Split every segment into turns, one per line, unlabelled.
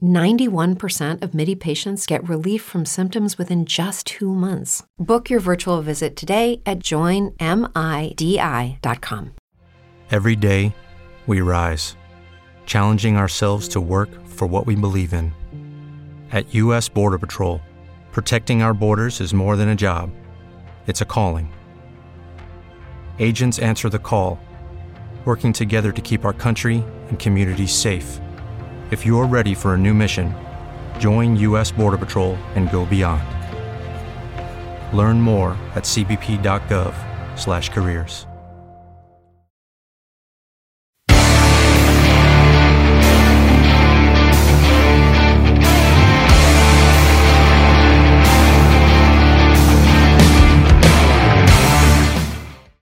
91% of MIDI patients get relief from symptoms within just two months. Book your virtual visit today at joinmidi.com.
Every day, we rise, challenging ourselves to work for what we believe in. At U.S. Border Patrol, protecting our borders is more than a job, it's a calling. Agents answer the call, working together to keep our country and communities safe. If you're ready for a new mission, join U.S. Border Patrol and go beyond. Learn more at cbp.gov/careers.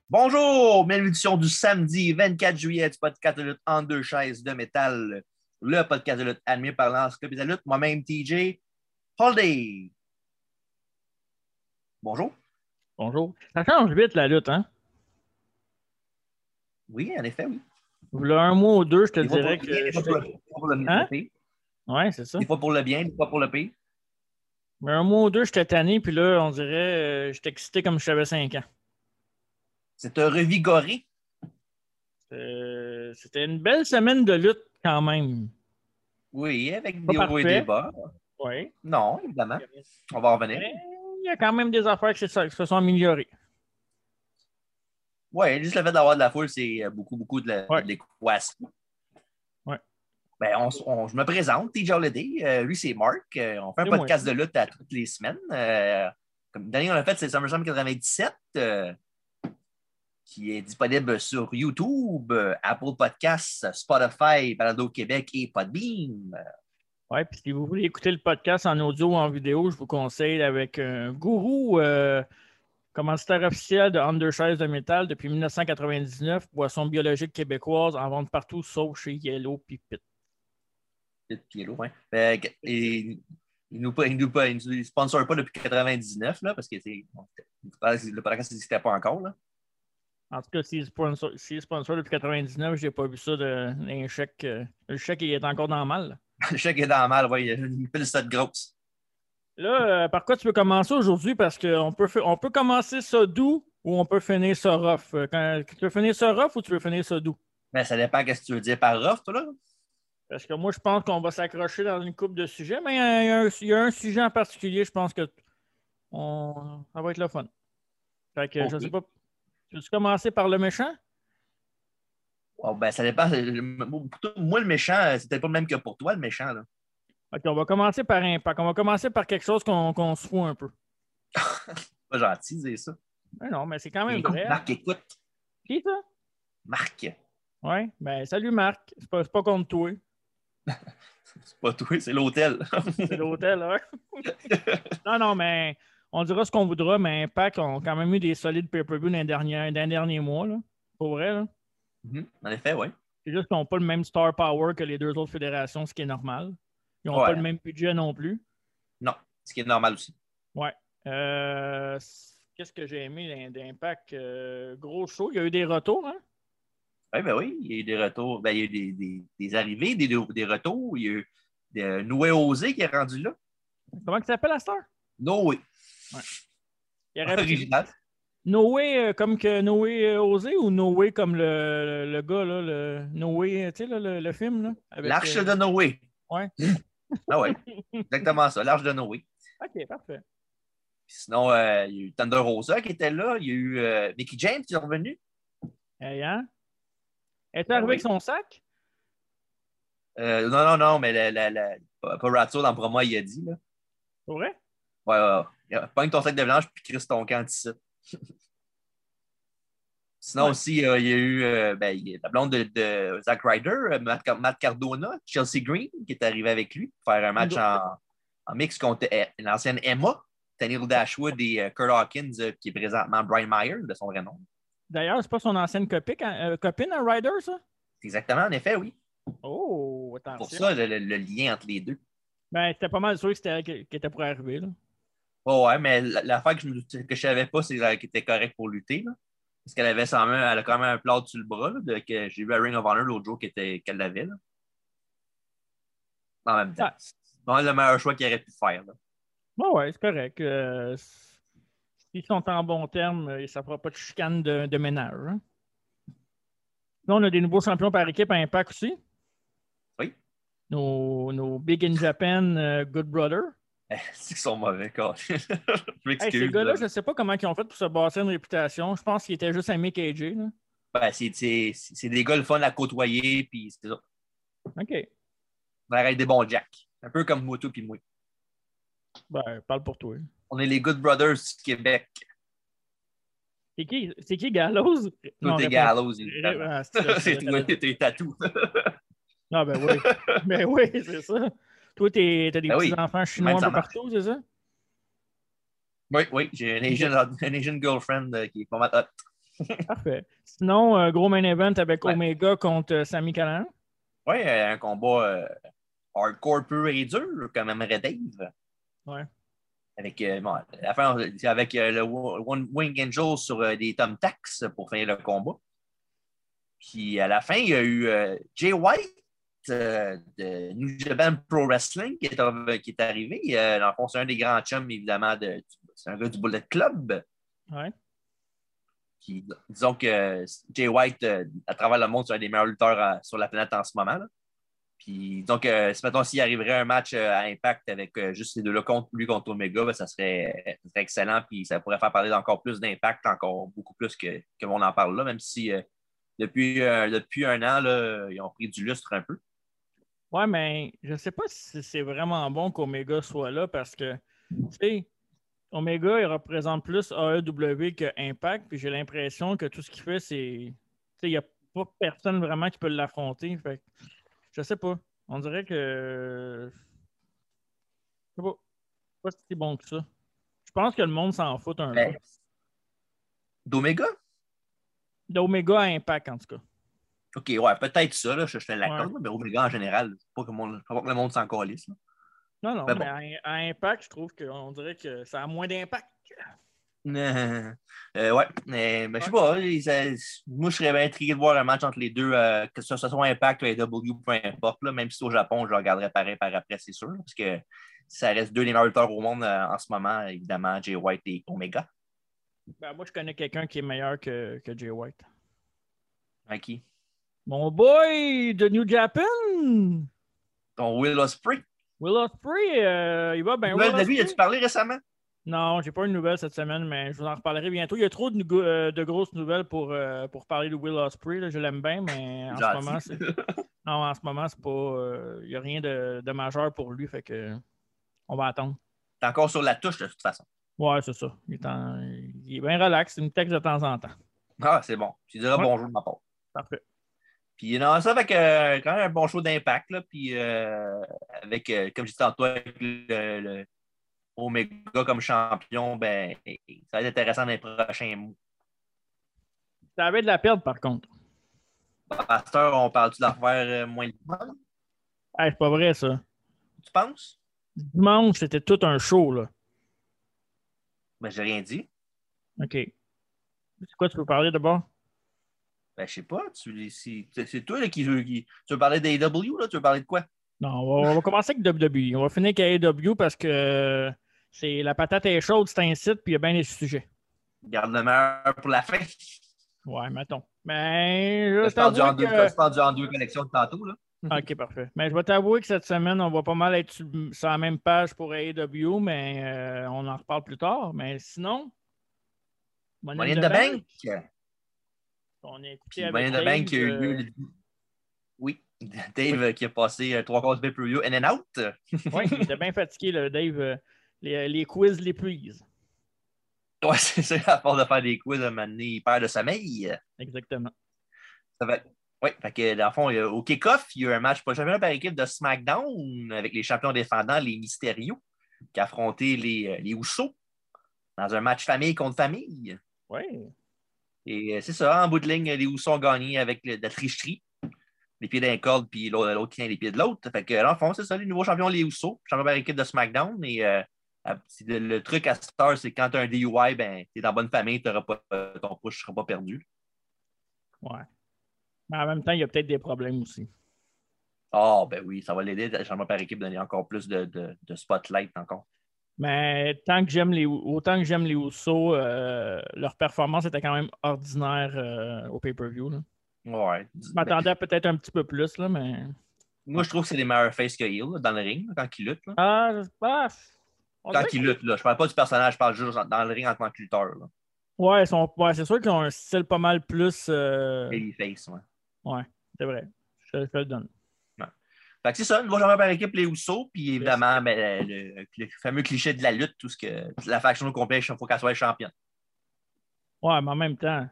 Bonjour, belle édition du samedi 24 juillet du podcast de lutte en deux chaises de métal le podcast de lutte animé par l'encyclopédie de la lutte, moi-même TJ Holiday. Bonjour.
Bonjour. Ça change vite la lutte, hein?
Oui, en effet, oui.
Là, un mois ou deux, je te
Des fois
dirais
pour le bien,
que.
des fois pour le- des fois pour le-
Hein?
le pire.
Ouais, c'est ça.
Des fois pour le bien, des fois pour le pire.
Mais un mois ou deux, j'étais tanné, puis là, on dirait, euh, j'étais excité comme si j'avais 5 ans.
C'est un revigoré.
Euh, C'était une belle semaine de lutte quand même.
Oui, avec
Pas
des hauts et des
parfait.
bas.
Oui.
Non, évidemment.
Il
On va en revenir.
y a quand même des affaires qui se qui se sont améliorées.
Oui, juste le fait d'avoir de la foule, c'est euh, beaucoup, beaucoup de la-
Ouais.
de l'équation.
Ouais.
Ben, on, s- on- je me présente, TJ Holiday. Euh, lui, c'est Marc. Euh, on fait un
Et moi.
podcast de lutte à toutes les semaines. Euh, comme le dernier, on l'a fait, c'est SummerSlam 97, euh, qui est disponible sur YouTube, euh, Apple Podcasts, Spotify, Balado Québec et Euh, Podbeam.
Oui, puis si vous voulez écouter le podcast en audio ou en vidéo, je vous conseille avec un gourou euh, commanditaire officiel de Underchaise de métal depuis 1999, boisson biologique québécoise en vente partout sauf chez Yellow Pipit.
Peut-être Pielo, ouais. Fait Euh, que- et il nous, il nous, il nous sponsor pas depuis 99, là, parce que c'est- le podcast n'existait pas encore. Là.
En tout cas, s'il est sponsor, s'il est sponsor depuis 99, j'ai pas vu ça de- d'un chèque. euh, le chèque il est encore dans le mal.
Le chèque est dans le mal, ouais, il y a une pile de grosse.
Là, euh, par quoi tu peux commencer aujourd'hui? Parce qu'on peut, fa- on peut commencer ça doux ou on peut finir ça rough. Euh, Quand, tu veux finir ça rough ou tu veux finir ça doux?
Mais ça dépend qu'est-ce que tu veux dire par rough, toi, là.
Parce que moi, je pense qu'on va s'accrocher dans une coupe de sujets, mais il y a un- il y, a un sujet en particulier, je pense que t- on, ça va être le fun. Fait que je
Ok.
sais pas. Tu veux commencer par le méchant?
Oh, ben, ça dépend. Le- pour toi, Moi, le méchant, euh, c'est peut-être pas le même que pour toi, le méchant, là.
Ok, on va commencer par Impact. On va commencer par quelque chose qu'on qu'on se fout un peu.
Pas gentil, de dire ça.
Mais Ben non, mais c'est quand même
Écoute,
Ah vrai. hein?
Marc, écoute.
Qui ça?
Marc,
Oui. Ben, salut Marc. C'est pas, c'est pas contre toi.
c'est pas toi, c'est l'hôtel.
C'est l'hôtel, hein? non, non, mais on dira ce qu'on voudra, mais Impact ont quand même eu des solides pay-per-view dans les derniers, dans les derniers mois, là. Pour vrai, là.
Mhm, en effet, oui.
C'est juste qu'ils n'ont pas le même star power que les deux autres fédérations, ce qui est normal. Ils n'ont
Ouais.
pas le même budget non plus.
Ce qui est normal aussi.
Euh, c- Qu'est-ce que j'ai aimé l'im- d'Impact? Euh, gros show, il y a eu des retours, hein?
Oui, ben oui, il y a eu des retours. Ben, il y a eu des, des- des arrivées, des, des retours. Il y a eu de- Noé Osé qui est rendu là.
Comment il s'appelle la star?
Noé.
Il aurait pu-
Original.
Noé euh, comme que Noé euh, Osé ou Noé comme le, le- le gars, là, le Noé, euh, tu sais, là, le, le film, là? avec,
L'Arche
euh,
de Noé.
ouais.
ah ouais, exactement ça, l'Arche de Noé.
OK, parfait.
Puis sinon, euh, il y a eu Thunder Rosa qui était là. Il y a eu euh, Mickey James qui est revenu.
Hey, hein? Elle est
Ben
arrivée
oui.
avec son sac?
Euh, non, non, non, mais la, la, la, pas- pas Ratso, dans le promo, il a dit. Là.
Pour vrai?
Ouais, ouais, ouais. Pogne ton sac de viande puis crisse ton camp d'ici. Sinon
Ouais.
aussi, euh, il y a eu euh, ben, il y a la blonde de, de Zack Ryder, euh, Matt, Car- Matt Cardona, Chelsea Green, qui est arrivé avec lui pour faire un match en, en mix contre euh, l'ancienne Emma, Tennille Dashwood et euh, Kurt Hawkins, euh, qui est présentement Brian Meyer, de son vrai nom.
D'ailleurs, c'est pas son ancienne copine, euh, copine à Ryder, ça?
Exactement, en effet, oui.
Oh, attention.
Pour ça, le, le- le lien entre les deux.
Ben, t'es pas mal sûr que c'était elle qui qui était pour arriver, là.
Ouais, ouais, mais la- l'affaire que je ne que je savais pas, c'est qu'elle était correcte pour lutter. là. Parce qu'elle avait sans main, elle a quand même un plâtre sur le bras là, de- que j'ai vu à Ring of Honor l'autre jour qui était- qu'elle l'avait. là. En même temps.
Ah.
C'est vraiment le meilleur choix qu'il aurait pu faire. là.
Oui, Bah ouais, c'est correct. Euh, s- S'ils sont en bon terme, euh, ça ne fera pas de chicane de, de ménage. hein. Là, on a des nouveaux champions par équipe à Impact aussi.
Oui.
Nos, nos Big in Japan euh, Good Brother.
C'est qu'ils sont mauvais, quoi. je
Hey,
m'excuse.
ces gars-là,
là.
je ne sais pas comment ils ont fait pour se bâtir une réputation. Je pense qu'ils étaient juste amis KJ. Là.
Ben, c'est- c'est c'est des gars le fun à côtoyer, puis c'est ça.
OK.
On arrête des bons Jack. Un peu comme Moto puis moi.
Ben, parle pour toi.
On est les Good Brothers du Québec.
C'est qui, c'est qui Gallows?
Tout
Non,
est
réponds-
gallows, évidemment.
Ah, c'est-
C'est toi, tes tatous.
Ah, ben oui. ben oui, c'est ça. Toi, t'es- t'as des
Ben oui.
petits-enfants chinois
Même
un
ça
peu
marche.
partout, c'est ça?
Oui, oui, j'ai une Asian, une Asian girlfriend euh, qui est pas mal hot.
Parfait. Sinon, euh, gros main event avec
Ouais.
Omega contre euh, Sami Callan.
Oui, un combat euh, hardcore pur et dur, comme aimerait Dave.
Ouais.
Avec, euh, bon, à la fin, on- c'est avec euh, le Wo- One Wing Angel sur euh, des Tom Tax pour finir le combat. Puis à la fin, il y a eu euh, Jay White euh, de New Japan Pro Wrestling qui est, arri- qui est arrivé. Euh, dans le fond, c'est un des grands chums, évidemment, de, du- c'est un gars du Bullet Club.
Ouais.
Puis, disons que Jay White, euh, à travers le monde, c'est un des meilleurs lutteurs euh, sur la planète en ce moment. là. Puis, donc, si mettons, s'il arriverait un match euh, à Impact avec euh, juste les deux-là, contre lui contre Omega, ben, ça, serait, ça serait excellent. Puis, ça pourrait faire parler d'encore plus d'Impact, encore beaucoup plus que, que on en parle là, même si euh, depuis, euh, depuis un an, là, ils ont pris du lustre un peu.
Ouais, mais je sais pas si c'est vraiment bon qu'Omega soit là parce que, tu sais, Omega, il représente plus AEW que Impact, puis j'ai l'impression que tout ce qu'il fait, c'est. Tu sais, il n'y a pas personne vraiment qui peut l'affronter. Fait que, je sais pas. On dirait que. Je sais pas. Je sais pas si c'est bon que ça. Je pense que le monde s'en fout un peu.
Ben, D'Omega?
D'Omega à Impact, en tout cas.
Ok, ouais, peut-être ça, là, je, je te l'accorde,
Ouais.
mais Omega en général, je ne pas que le monde- faut pas que le monde s'en calisse. là.
Non, non,
Mais
mais,
Ben bon.
à, à impact, je trouve qu'on dirait que ça a moins d'impact.
Euh, euh, ouais, mais, mais je sais pas. ils, euh, moi, je serais bien intrigué de voir un match entre les deux, euh, que ce, ce soit Impact ou AEW, peu importe. là, même si c'est au Japon, je regarderai pareil par après, c'est sûr. Parce que ça reste deux des meilleurs lutteurs au monde euh, en ce moment, évidemment, Jay White et Omega.
Ben, moi, je connais quelqu'un qui est meilleur que, que Jay White. Ben,
Hein, qui?
Mon boy de New Japan,
Ton Will Ospreay.
Will Ospreay, euh, il va bien.
Nouvelle
Will
de lui,
Ospreay-
as-tu parlé récemment?
Non, j'ai pas une nouvelle cette semaine, mais je vous en reparlerai bientôt. Il y a trop de, go- euh, de grosses nouvelles pour, euh, pour parler de Will Ospreay. là. Je l'aime bien, mais en ce
Gentil.
moment, c'est. Non, en ce moment, c'est pas. euh, Il n'y a rien de, de majeur pour lui, fait que. On va attendre.
T'es encore sur la touche, de toute façon.
Ouais, c'est ça. Il est, en- il est bien relax. Il me texte de temps en temps.
Ah, c'est bon. Tu diras
Ouais.
bonjour de ma part.
Parfait.
Puis non, ça avec euh, quand même un bon show d'impact. là, Puis euh, avec, euh, comme je disais tantôt, avec le, le Omega comme champion, ben, ça va être intéressant dans les prochains mois.
Ça avait de la perte, par contre.
À cette heure, on parle-tu d'affaires euh, moins de bonnes,
Hey, c'est pas vrai, ça.
tu penses?
Dimanche, c'était tout un show, là.
Ben, j'ai rien dit.
OK. C'est quoi tu peux parler d'abord?
Ben, je sais pas. Tu, si- c'est c'est toi là, qui, veux- qui- Tu veux parler des W, là? Tu veux parler de quoi?
Non, on va, on va commencer avec WWE. On va finir avec AEW parce que euh, c'est la patate est chaude, c'est un site, puis il y a bien des sujets.
Garde le meilleur pour la fin.
Ouais, mettons. Mais je
Je parle du en
t'avoue
deux-
que- Ah,
je parle du en deux collections de tantôt. Là.
OK, parfait. Mais je vais t'avouer que cette semaine, on va pas mal être sur sur la même page pour AEW, mais euh, on en reparle plus tard. Mais sinon, Money in
Moyen de
the Bank,
banque.
on a
Puis
écouté avec
Money in the Bank qui a eu
Dave, euh,
lieu. le- Oui, Dave euh, qui a passé euh, trois quarts de pay-per-view in and out.
Oui, il était bien fatigué, le Dave. euh, Les, les quiz l'épuisent.
Ouais, c'est ça, à force de faire des quiz, à un moment donné, il perd de sommeil.
Exactement.
Ça fait... Oui, fait que dans le fond, il y a- au kick-off, il y a eu un match pour le championnat par équipe de SmackDown avec les champions défendants, les Mystérieux, qui affrontaient les, euh, les Housseaux dans un match famille contre famille.
Oui.
Et euh, c'est ça, en bout de ligne, les Houssons ont gagné avec le- de la tricherie. Les pieds d'un corde, puis l'autre l'autre qui tient les pieds de l'autre. Fait que, dans le fond, c'est ça, les nouveaux champions, les Houssons, champion par équipe de SmackDown. Et euh, à- c'est de- le truc à cette heure, c'est que quand tu as un DUI, ben, tu es dans bonne famille, t'auras pas, euh, ton push ne sera pas perdu.
Ouais. Mais en même temps, il y a peut-être des problèmes aussi.
Ah, ben oui, ça va l'aider, le champion par équipe, donner encore plus de, de- de spotlight encore.
Mais tant que j'aime les autant que j'aime les Usos, euh, leur performance était quand même ordinaire euh, au pay-per-view. là.
Ouais. ben,
Je m'attendais à peut-être un petit peu plus, là, mais.
Moi, je trouve que c'est les meilleurs faces que Hill là, dans le ring, là, quand il lutte. là.
Ah, je- ah, on
Quand
dirait
il lutte, là. Je parle pas du personnage, je parle juste dans le ring en tant que lutteur. Là.
que- Ouais, ils sont- ouais, c'est sûr qu'ils ont un style pas mal plus. euh,
Babyface, ouais.
C'est vrai. Je je te le donne.
Fait que c'est ça, nouveau champion par équipe, les Housseaux, puis évidemment, ben, le, le fameux cliché de la lutte, tout ce que la faction au complet, il faut qu'elle soit championne.
Ouais, mais en même temps.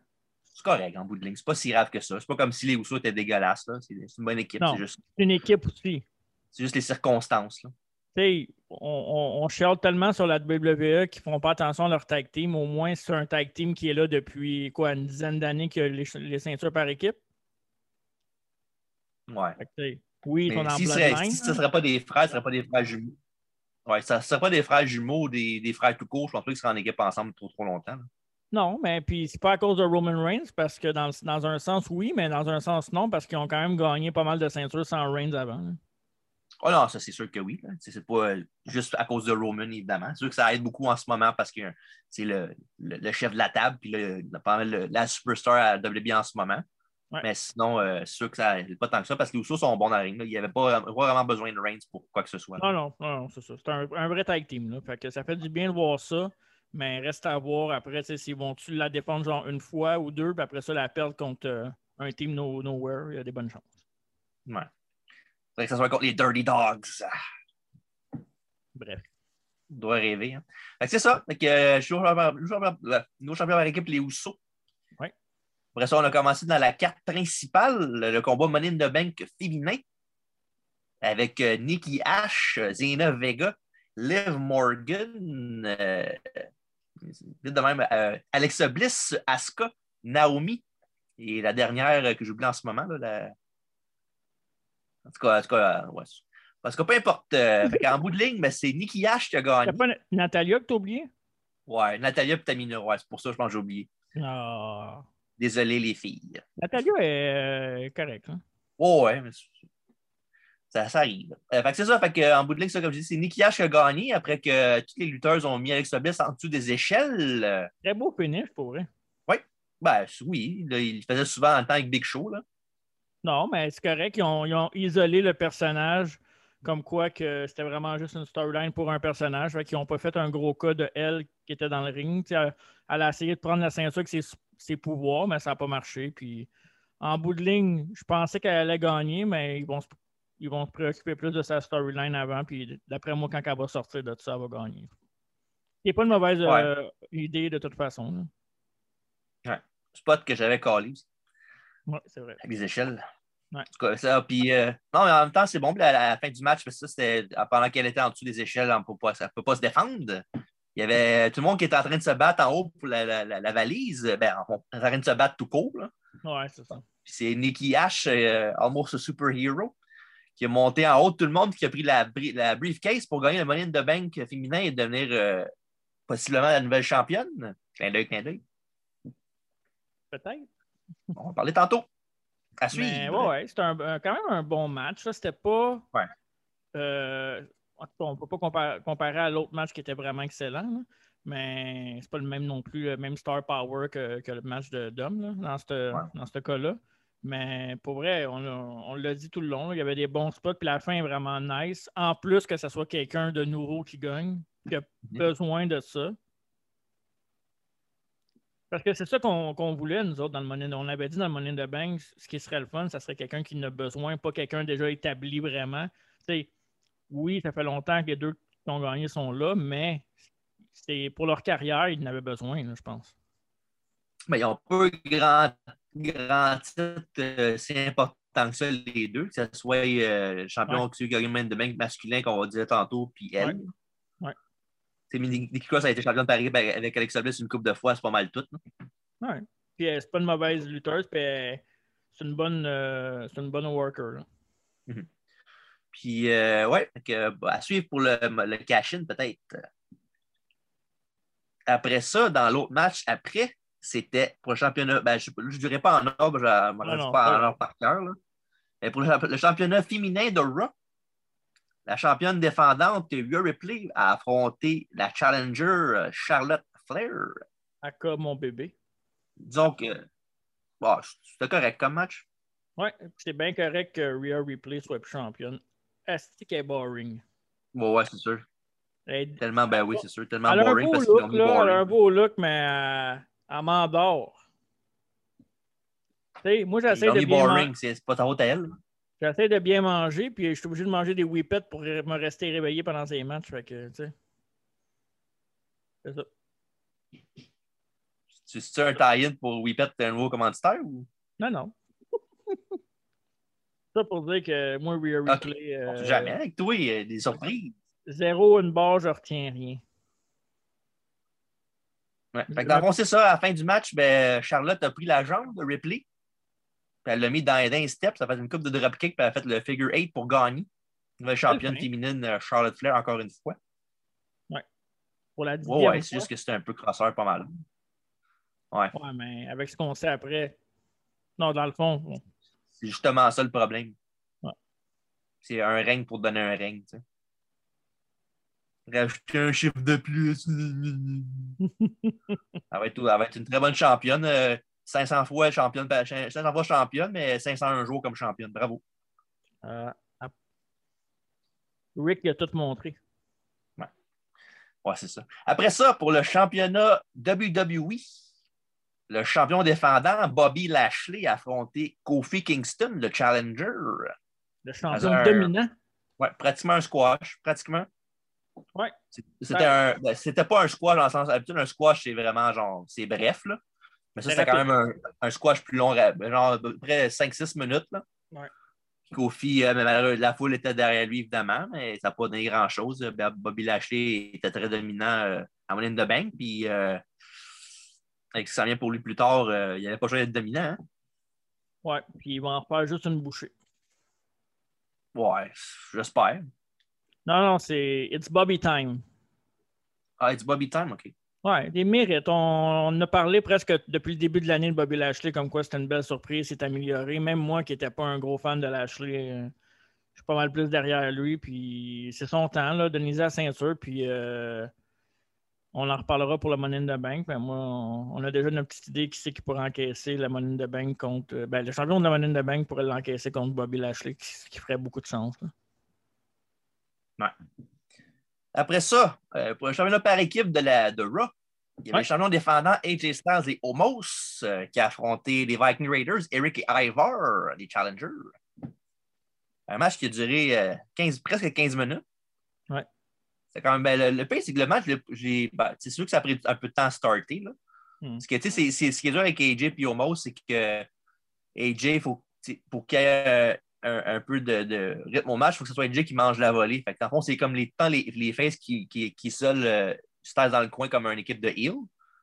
C'est correct, en bout de ligne. C'est pas si grave que ça. C'est pas comme si les Housseaux étaient dégueulasses, là. C'est c'est une bonne équipe.
Non.
C'est juste,
C'est une équipe aussi.
c'est juste les circonstances, là.
Tu sais, on, on, on chiale tellement sur la WWE qu'ils font pas attention à leur tag team. Au moins, c'est un tag team qui est là depuis quoi, une dizaine d'années que les, ch- les ceintures par équipe.
Ouais.
Fait que, tu sais, oui, ils sont
Mais
en hein.
si, ce
bloodline.
serait, si ce serait pas des frères, ce serait pas des frères jumeaux. Ouais, ça serait pas des frères jumeaux, des, des frères tout court. Je pense pas qu'ils seraient en équipe ensemble trop, trop longtemps. là.
Non, mais puis c'est pas à cause de Roman Reigns, parce que dans, le- dans un sens, oui, mais dans un sens, non, parce qu'ils ont quand même gagné pas mal de ceintures sans Reigns avant. là.
Ah non, ça c'est sûr que oui. là. Tu sais, C'est pas euh, juste à cause de Roman, évidemment. C'est sûr que ça aide beaucoup en ce moment parce que euh, c'est le, le, le chef de la table puis le, le- pas mal le- la superstar à WB en ce moment.
Ouais.
Mais sinon, euh, c'est sûr que ça aide pas tant que ça parce que les Usos sont bons dans le ring. là. Il n'y avait pas, pas vraiment besoin de Reigns pour quoi que ce soit.
Ah Non, non, non, non, c'est ça. C'est un, un vrai tag team. Là. Fait que ça fait du bien de voir ça, mais reste à voir après tu sais, s'ils vont-tu la défendre genre une fois ou deux, puis après ça, la perdre contre euh, un team no- nowhere, il y a des bonnes chances.
Ouais. Faudrait que ça soit contre les Dirty Dogs. Ah,
Bref.
on doit rêver. hein. Fait que c'est ça. Fait que, euh, je suis au champion- je suis au champion- euh, nos champions par équipe, les Usos.
Ouais.
Après ça, on a commencé dans la carte principale, le combat Money in the Bank féminin, avec euh, Nikki Ash, euh, Zena Vega, Liv Morgan, euh, vite de même, euh, Alexa Bliss, Asuka, Naomi, et la dernière euh, que j'oublie en ce moment. Là, la- En tout cas, en tout cas, euh, ouais. Parce que peu importe, en bout de ligne, mais c'est Nikki Ash qui a gagné.
T'as pas Na- Natalia que t'as oublié?
Ouais, Natalia et Tamina, ouais, c'est pour ça que je pense que j'ai oublié.
Ah.
Désolé, les filles.
Natalia est euh, correcte. hein.
Ouais, ouais, mais c'est- ça, ça arrive. Euh, fait que c'est ça, fait que, euh, en bout de ligne, ça, comme je dis, c'est Nikki Ash qui a gagné après que euh, toutes les lutteuses ont mis Alexa Bliss en dessous des échelles. Euh,
Très beau finish pour vrai.
ben, oui, là, il le faisait souvent en temps avec Big Show, là.
Non, mais c'est correct. Ils ont, ils ont isolé le personnage comme quoi que c'était vraiment juste une storyline pour un personnage. Fait qu'ils n'ont pas fait un gros cas de elle qui était dans le ring. Tu sais, Elle, elle a essayé de prendre la ceinture avec ses, ses pouvoirs, mais ça n'a pas marché. Puis en bout de ligne, je pensais qu'elle allait gagner, mais ils vont, se- ils vont se préoccuper plus de sa storyline avant. Puis d'après moi, quand elle va sortir de tout ça, elle va gagner. C'est pas une mauvaise
Ouais.
euh, idée de toute façon. là.
Spot que j'avais callé
Ouais, c'est vrai.
avec les échelles.
Ouais.
En tout cas, ça, puis, euh, non, mais en même temps, c'est bon, puis à la, à la fin du match, parce que ça, c'était euh, pendant qu'elle était en dessous des échelles, on peut pas- ça ne peut pas se défendre. Il y avait euh, tout le monde qui était en train de se battre en haut pour la, la- la- la valise. Ben, on en train de se battre tout court. là.
Ouais, c'est ça.
Puis c'est Nikki Ash, euh, Almost a Superhero, qui est monté en haut de tout le monde, qui a pris la, bri- la briefcase pour gagner le Money in the Bank féminin et devenir euh, possiblement la nouvelle championne. Clin d'œil, clin d'œil.
Peut-être.
On va en parler tantôt. À suivre.
Mais ouais, ouais, c'était un- un- quand même un bon match. Ça, c'était pas.
Ouais.
Euh, en tout cas, on ne peut pas comparer, comparer à l'autre match qui était vraiment excellent. là. Mais c'est pas le même non plus, le même star power que, que le match de Dom là, dans ce
Ouais.
dans ce cas-là. Mais pour vrai, on, l'a- on l'a dit tout le long, là, il y avait des bons spots, puis la fin est vraiment nice. En plus que ce soit quelqu'un de nouveau qui gagne, qui a
Mm-hmm.
besoin de ça. Parce que c'est ça qu'on qu'on voulait, nous autres, dans le Money in- On avait dit dans le Money in the Bank, ce qui serait le fun, ça serait quelqu'un qui en a besoin, pas quelqu'un déjà établi vraiment. Tu sais, oui, ça fait longtemps que les deux qui ont gagné sont là, mais c'est pour leur carrière, ils en avaient besoin, là, je pense.
Mais ils ont pas eu grand, grand titre euh, si important que ça, les deux, que ce soit euh, champion qui a gagné de bank masculin, qu'on va dire tantôt, puis elle.
Ouais.
ben,
Ouais.
C'est Nikki Cross a été championne de Paris avec avec Alexa Bliss une couple de fois, c'est pas mal tout. là.
Ouais. Puis euh, c'est pas une mauvaise lutteuse, puis euh, c'est une bonne euh, c'est une bonne worker. là.
Puis, euh, ouais, fait que, bah, à suivre pour le, le cash-in, peut-être. Après ça, dans l'autre match, après, c'était pour le championnat. ben, je ne dirais pas en ordre, je ne me
Non, non,
rends
pas
pas en ordre par cœur. là. Mais pour le, champ- le championnat féminin de Raw, la championne défendante Rhea Ripley a affronté la challenger euh, Charlotte Flair.
Aka, mon bébé.
Disons que bon, bah, c'était correct comme match.
Ouais, puis c'est bien correct que Rhea Ripley soit plus championne. Asti qu'elle est boring.
Ouais, ouais, c'est sûr.
Elle, est-
Tellement, ben oui, c'est sûr. Tellement
elle a un
boring
beau
parce qu'ils l'ont
look,
mis
là, elle a
boring.
un beau look, mais euh, elle m'endort. Tu sais, moi,
Ils
j'essaie
l'ont
de,
mis
bien man-
boring, c'est c'est pas ta faute à elle.
j'essaie de bien manger, puis je suis obligé de manger des whippets pour me rester réveillé pendant ces matchs. Fait que, tu sais. C'est ça.
Tu- C'est-tu un tie-in pour Whippet, un nouveau commanditaire? Ou...
Non, non. ça pour dire que moi, Rhea
Ok.
Ripley,
On
euh,
sait jamais avec toi, il y a des surprises.
zéro, une barre, je retiens rien.
Ouais. Fait que dans le fond, c'est ça. À la fin du match, ben, Charlotte a pris la jambe de Ripley. Puis elle l'a mis dans les dans les steps. Ça a fait une coupe de dropkick. Puis elle a fait le figure 8 pour gagner. Nouvelle championne
fin.
féminine, euh, Charlotte Flair, encore une fois.
Pour la
Ouais,
dixième
ouais, c'est
fois.
juste que c'était un peu crosseur, pas mal.
Ouais, mais avec ce qu'on sait après. Non, dans le fond, on-
C'est justement ça le problème.
Ouais.
C'est un règne pour donner un règne. tu sais. Rajouter un chiffre de plus. elle, va être, elle va être une très bonne championne. euh, 500 fois championne, par- 500 fois championne, mais 501 jours comme championne. Bravo.
euh, à- Rick a tout montré.
Ouais, c'est ça. Après ça, pour le championnat WWE, le champion défendant Bobby Lashley a affronté Kofi Kingston, le challenger.
Le champion
un-
dominant.
Ouais, pratiquement un squash, pratiquement.
Ouais.
C'est- C'était un. ben, C'était pas un squash dans le sens. D'habitude, un squash, c'est vraiment genre. C'est bref, là. Mais ça,
C'est
c'était quand
rapide.
même un, un squash plus long, ra- genre à peu près 5-6 minutes, là.
Ouais.
Kofi, euh, mais malheureusement, la foule était derrière lui, évidemment, mais ça n'a pas donné grand-chose. Euh, ben, Bobby Lashley était très dominant euh, à Money in the Bank, puis. euh, avec ce qui s'en vient pour lui plus tard, euh, il n'avait pas le choix d'être dominant. hein.
Ouais, puis il va en faire juste une bouchée.
Ouais, j'espère.
Non, non, c'est It's Bobby Time.
Ah, it's Bobby Time, OK.
Ouais, des mérites. On, on a parlé presque depuis le début de l'année de Bobby Lashley, comme quoi c'était une belle surprise, c'est amélioré. Même moi qui n'étais pas un gros fan de Lashley, euh, je suis pas mal plus derrière lui. Puis c'est son temps, là, de la ceinture. Puis euh, on en reparlera pour la Money in the Bank. Mais moi, on, on a déjà notre petite idée qui c'est qui pourrait encaisser la Money in the Bank contre. euh, ben, le champion de la Money in the Bank pourrait l'encaisser contre Bobby Lashley, ce qui ferait beaucoup de sens. là.
Après ça, euh, pour le championnat par équipe de, la, de Raw, il y avait
Ouais.
le champion défendant AJ Styles et Omos euh, qui a affronté les Viking Raiders, Eric et Ivar, les Challengers. Un match qui a duré euh, 15, presque 15 minutes.
Ouais.
C'est quand même. ben, le, le pire, c'est que le match, le- j'ai- ben, c'est sûr que ça a pris un peu de temps à starter. Là.
Hmm.
Parce que, tu sais, c'est- c'est- ce qui est dur avec AJ et Omos, c'est que AJ, faut, tu sais, pour qu'il y ait euh, un, un peu de, de rythme au match, il faut que ce soit AJ qui mange la volée. Fait que, dans le fond, c'est comme les temps, les, les faces qui, qui, qui isolent, euh, se taisent dans le coin comme une équipe de heel.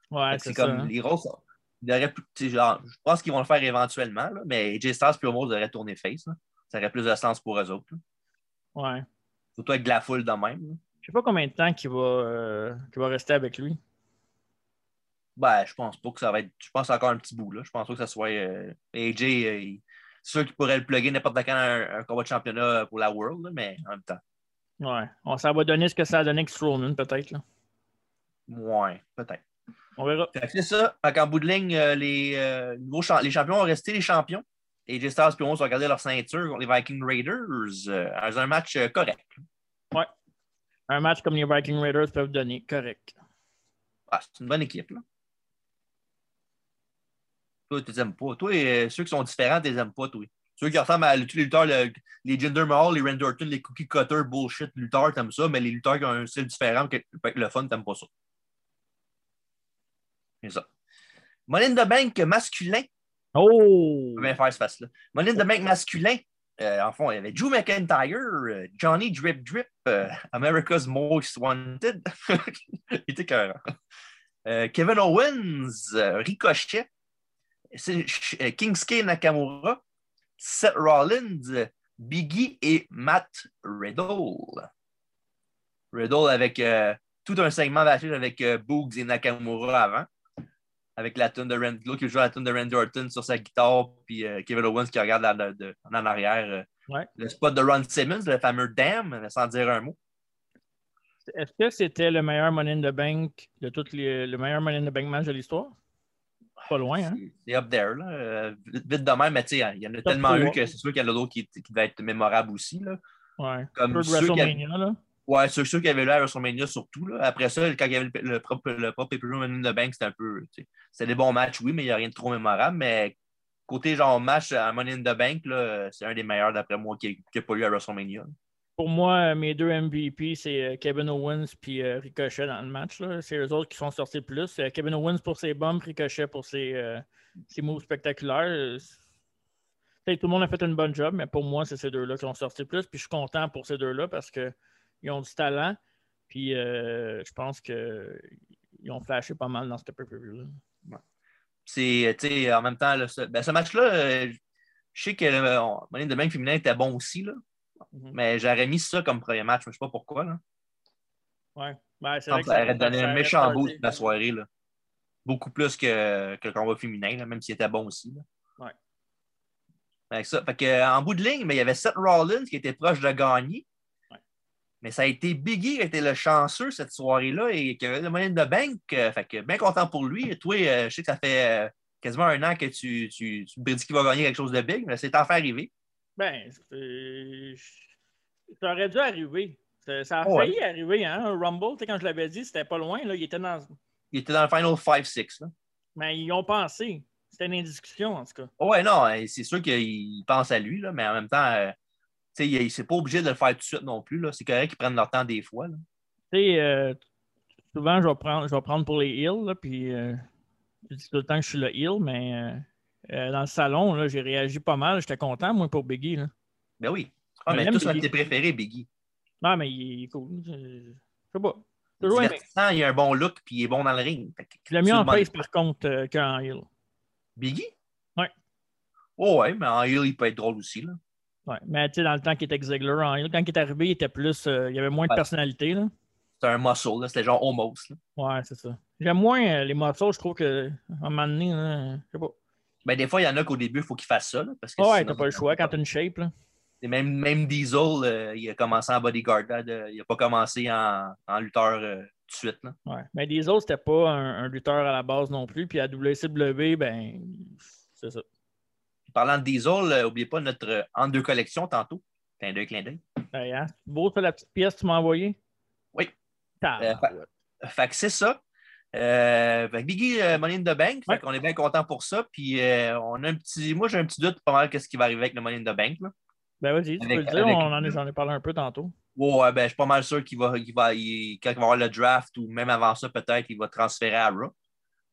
Fait
Ouais,
que
c'est
c'est
ça.
comme
hein.
les Roses. ils auraient pu- tu sais, genre, je pense qu'ils vont le faire éventuellement, là, mais AJ Styles puis Omos devraient tourner face. là. Ça aurait plus de sens pour eux autres. là.
Ouais.
Surtout avec de la foule de même. là.
Je sais pas combien de temps qu'il va, euh, qu'il va rester avec lui.
Ben, je pense pas que ça va être. Je pense encore un petit bout. Là. Je pense pas que ça soit. euh, AJ, euh, il- c'est sûr qu'il pourrait le plugger n'importe quand à un, un combat de championnat pour la World, là, mais en même temps.
Ouais. On, ça va donner ce que ça a donné avec Strowman, peut-être. là.
Moins, peut-être.
On verra.
Fait que c'est ça. Fait qu'en bout de ligne, euh, les, euh, nouveaux champ- les champions ont resté les champions. Et les Stars et Omos ont gardé leur ceinture contre les Viking Raiders. euh, dans un match euh, correct.
Un match comme les Viking Raiders peuvent donner. Correct.
Ah, c'est une bonne équipe. Là. Toi, tu les aimes pas. Toi, euh, ceux qui sont différents, tu les aimes pas, toi. Ceux qui ressemblent à tous les lutteurs, le- les Jinder Mahal, les Randy Orton, les Cookie Cutter, bullshit lutteurs, t'aimes ça, mais les lutteurs qui ont un style différent, que, fait que le fun, t'aimes pas ça. C'est ça. Money in the Bank masculin,
Oh!
Je vais bien faire ce face-là. Money in the Bank masculin, euh, en fond, il y avait Drew McIntyre, euh, Johnny Drip Drip, euh, America's Most Wanted. il était cœur. Kevin Owens, euh, Ricochet, Kingsuke Nakamura, Seth Rollins, Biggie et Matt Riddle. Riddle avec euh, tout un segment d'affiche avec euh, Boogs et Nakamura avant, avec la tune de Randy, l'autre qui joue la tune de Randy Orton sur sa guitare, puis euh, Kevin Owens qui regarde la- la- de- en arrière. euh,
Ouais.
Le spot de Ron Simmons, le fameux Damn, sans dire un mot.
Est-ce que c'était le meilleur Money in the Bank de toutes les. le meilleur Money in the Bank match de l'histoire? Pas loin, hein?
C'est- C'est up there. Là. Euh, vite vite de même, mais tu sais, il y en a
Top
tellement eu
four.
que c'est sûr qu'il y en a d'autres qui, qui devaient être mémorables aussi. Là.
Ouais.
Comme
Peu de
ceux qui-
WrestleMania, là.
Ouais, c'est sûr qu'il y avait eu à WrestleMania surtout. Là. Après ça, quand il y avait le, le propre, le propre pay-per-view Man in the Bank, c'était un peu. tu sais, C'était des bons matchs, oui, mais il n'y a rien de trop mémorable. Mais côté genre match à Money in the Bank, là, c'est un des meilleurs d'après moi qui n'a pas eu à WrestleMania.
Pour moi, euh, mes deux MVP, c'est euh, Kevin Owens puis euh, Ricochet dans le match. là. C'est eux autres qui sont sortis le plus. Euh, Kevin Owens pour ses bombes, Ricochet pour ses, euh, ses moves spectaculaires. Euh, c'est- Peut-être tout le monde a fait une bonne job, mais pour moi, c'est ces deux-là qui sont sortis le plus. Puis je suis content pour ces deux-là parce qu'ils ont du talent. Puis euh, je pense qu'ils ont flashé pas mal dans ce pay-per-view-là.
C'est, euh, tu sais, en même temps, là, ce, ben, ce match-là, euh, je sais que euh, on- Money in the Bank féminin était bon aussi, là,
Mhm.
mais j'aurais mis ça comme premier match. mais Je ne sais pas pourquoi. Là.
Ouais, c'est
Ça
vrai que
aurait donné
ça
un
aurait
méchant
starté.
boost de la soirée. Là. Beaucoup plus que, que le combat féminin, là, même s'il était bon aussi. là.
Ouais.
Fait que ça, fait que, euh, en bout de ligne, mais il y avait Seth Rollins qui était proche de gagner.
Ouais.
Mais ça a été Biggie qui a été le chanceux cette soirée-là et qui avait le moyen de bank. euh, fait que bien content pour lui. Et toi, euh, je sais que ça fait euh, quasiment un an que tu, tu, tu prédis qu'il va gagner quelque chose de big, mais c'est enfin arrivé.
Ben, euh, je- ça aurait dû arriver. Ça, ça a
Ouais.
failli arriver, hein? un Rumble, tu sais, quand je l'avais dit, c'était pas loin. Là, il était dans...
Il était dans le final 5-6. là.
Mais ils ont pensé. C'était une discussion, en tout cas.
Ouais, non, euh, c'est sûr qu'il pense à lui, là, mais en même temps, euh, tu sais, il n'est pas obligé de le faire tout de suite non plus. là. C'est correct qu'ils prennent leur temps des fois. là.
Tu sais, euh, souvent, je vais prendre, je vais prendre pour les heels, là, puis euh, je dis tout le temps que je suis le heel, mais euh, euh, dans le salon, là, j'ai réagi pas mal. J'étais content, moi, pour Biggie. Là.
Ben oui. Ah,
Mais
mais
j'aime
tous un de tes
Biggie.
préférés, Biggie.
Non, mais il est cool. Je, je sais pas.
Il est
Toujours aimé.
divertissant, il a un bon look, puis il est bon dans le ring. Fait que
Je l'ai
c'est
mis en
le bon-
face, par contre, euh, qu'en heel.
Biggie?
Ouais.
Oh, ouais, mais en heel, il peut être drôle aussi. Là.
Ouais, mais tu sais, dans le temps qu'il était Ziggler, en heel, quand il est arrivé, il était plus. euh, il y avait moins de
Ouais.
personnalité, là.
C'est un muscle, là. c'était genre almost. Là.
Ouais, c'est ça. J'aime moins euh, les morceaux, je trouve que à un moment donné, là, je sais pas.
Ben, des fois, il y en a qu'au début, il faut qu'il fasse ça. là, parce que
Ouais,
sinon,
t'as pas le choix quand t'as une shape, là.
Et Même, même Diesel, euh, il a commencé en bodyguard. là, de- il n'a pas commencé en, en lutteur euh, tout de suite. là.
Ouais. Mais les autres, c'était pas un, un lutteur à la base non plus. Puis à WCW, ben, c'est ça.
Parlant de Diesel, euh, n'oubliez pas notre euh, en deux collections tantôt. Clin d'œil, clin d'œil.
Hey, hein, c'est beau, ça, la petite pièce que tu m'as envoyée?
Oui.
T'as-
Euh, fa- Fait que c'est ça. Euh, fait que Biggie, euh, Money in the Bank,
Ouais.
fait qu'on est bien content pour ça. Puis euh, on a un petit, moi j'ai un petit doute pas mal qu'est-ce qui va arriver avec le Money in the Bank. là.
Ben vas-y, tu peux
avec-
le dire,
avec-
on en a- j'en ai parlé un peu tantôt.
Ouais, ben, je suis pas mal sûr qu'il va, qu'il va il- quand il va avoir le draft ou même avant ça peut-être, il va transférer à Raw.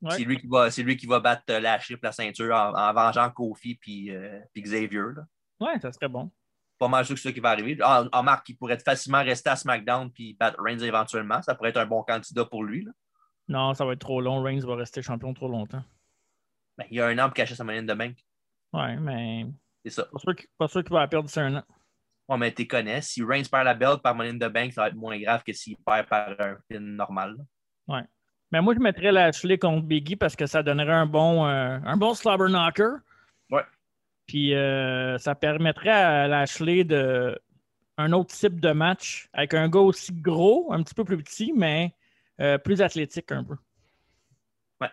Ouais.
C'est lui qui va, c'est lui qui va battre euh, la chip, la ceinture en, en vengeant Kofi puis, euh, puis Xavier. là.
Ouais, ça serait bon.
Pas mal sûr que c'est ça qui va arriver. En, en marque, il pourrait facilement rester à SmackDown puis battre Reigns éventuellement. Ça pourrait être un bon candidat pour lui. là.
Non, ça va être trop long. Reigns va rester champion trop longtemps.
Ben, il y a un an pour cacher sa Money in the Bank.
Ouais, mais
C'est ça.
pas sûr qu'il- pas sûr qu'il va la perdre d'ici un an.
Ouais, mais tu connais. Si Reigns perd la belt par Money in the Bank, ça va être moins grave que s'il perd par un pin normal. là.
Mais moi, je mettrais Lashley contre Biggie parce que ça donnerait un bon, euh, un bon slobber knocker.
Ouais.
Puis euh, ça permettrait à Lashley de un autre type de match avec un gars aussi gros, un petit peu plus petit, mais euh, plus athlétique un peu. Ouais.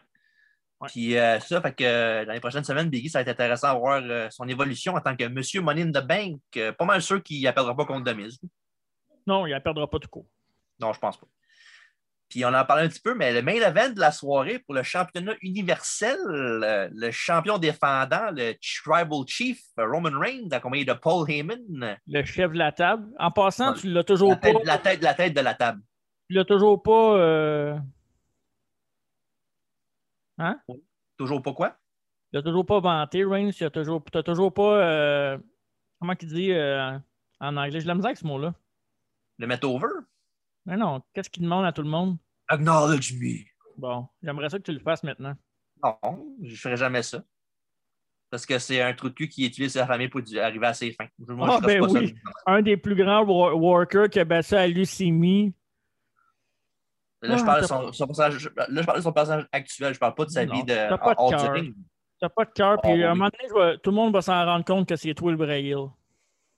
Puis euh, ça, fait que euh, dans les prochaines semaines, Biggie, ça va être intéressant à voir euh, son évolution en tant que Monsieur Money in the Bank. Euh, pas mal sûr qu'il n'appellera pas contre Demise.
Non, il ne perdra pas tout court.
Non, je pense pas. Puis on en parlait un petit peu, mais le main event de la soirée pour le championnat universel, euh, le champion défendant, le Tribal Chief, euh, Roman Reigns, accompagné de Paul Heyman,
Le chef de la table. En passant,
Ouais.
tu l'as
la
toujours pas.
tête, la tête, la tête de la table.
Tu l'as toujours pas. euh,
Toujours pas quoi?
Il n'a toujours pas vanté, Reigns. Il a toujours, t'as toujours pas. euh, comment qu'il dit euh, en anglais? J'ai de la misère avec ce mot-là.
Le mettre over?
Mais non, qu'est-ce qu'il demande à tout le monde?
Acknowledge me.
Bon, j'aimerais ça que tu le fasses maintenant.
Non, je ne ferai jamais ça. parce que c'est un trou de cul qui utilise sa famille pour du- arriver à ses fins. Je-
Ah,
je
ben
trouve
oui.
ça.
Un des plus grands wa- workers qui a battu à Lucimie.
Là, je
Ah,
parle de
t'as
son, son personnage, là, je parle de son personnage actuel. Je parle pas de sa
Non,
vie de
t'as pas de
hors du
cœur.
ring.
T'as pas de cœur,
Ah,
puis à un
oui.
moment donné, je vais- tout le monde va s'en rendre compte que c'est toi le Braille.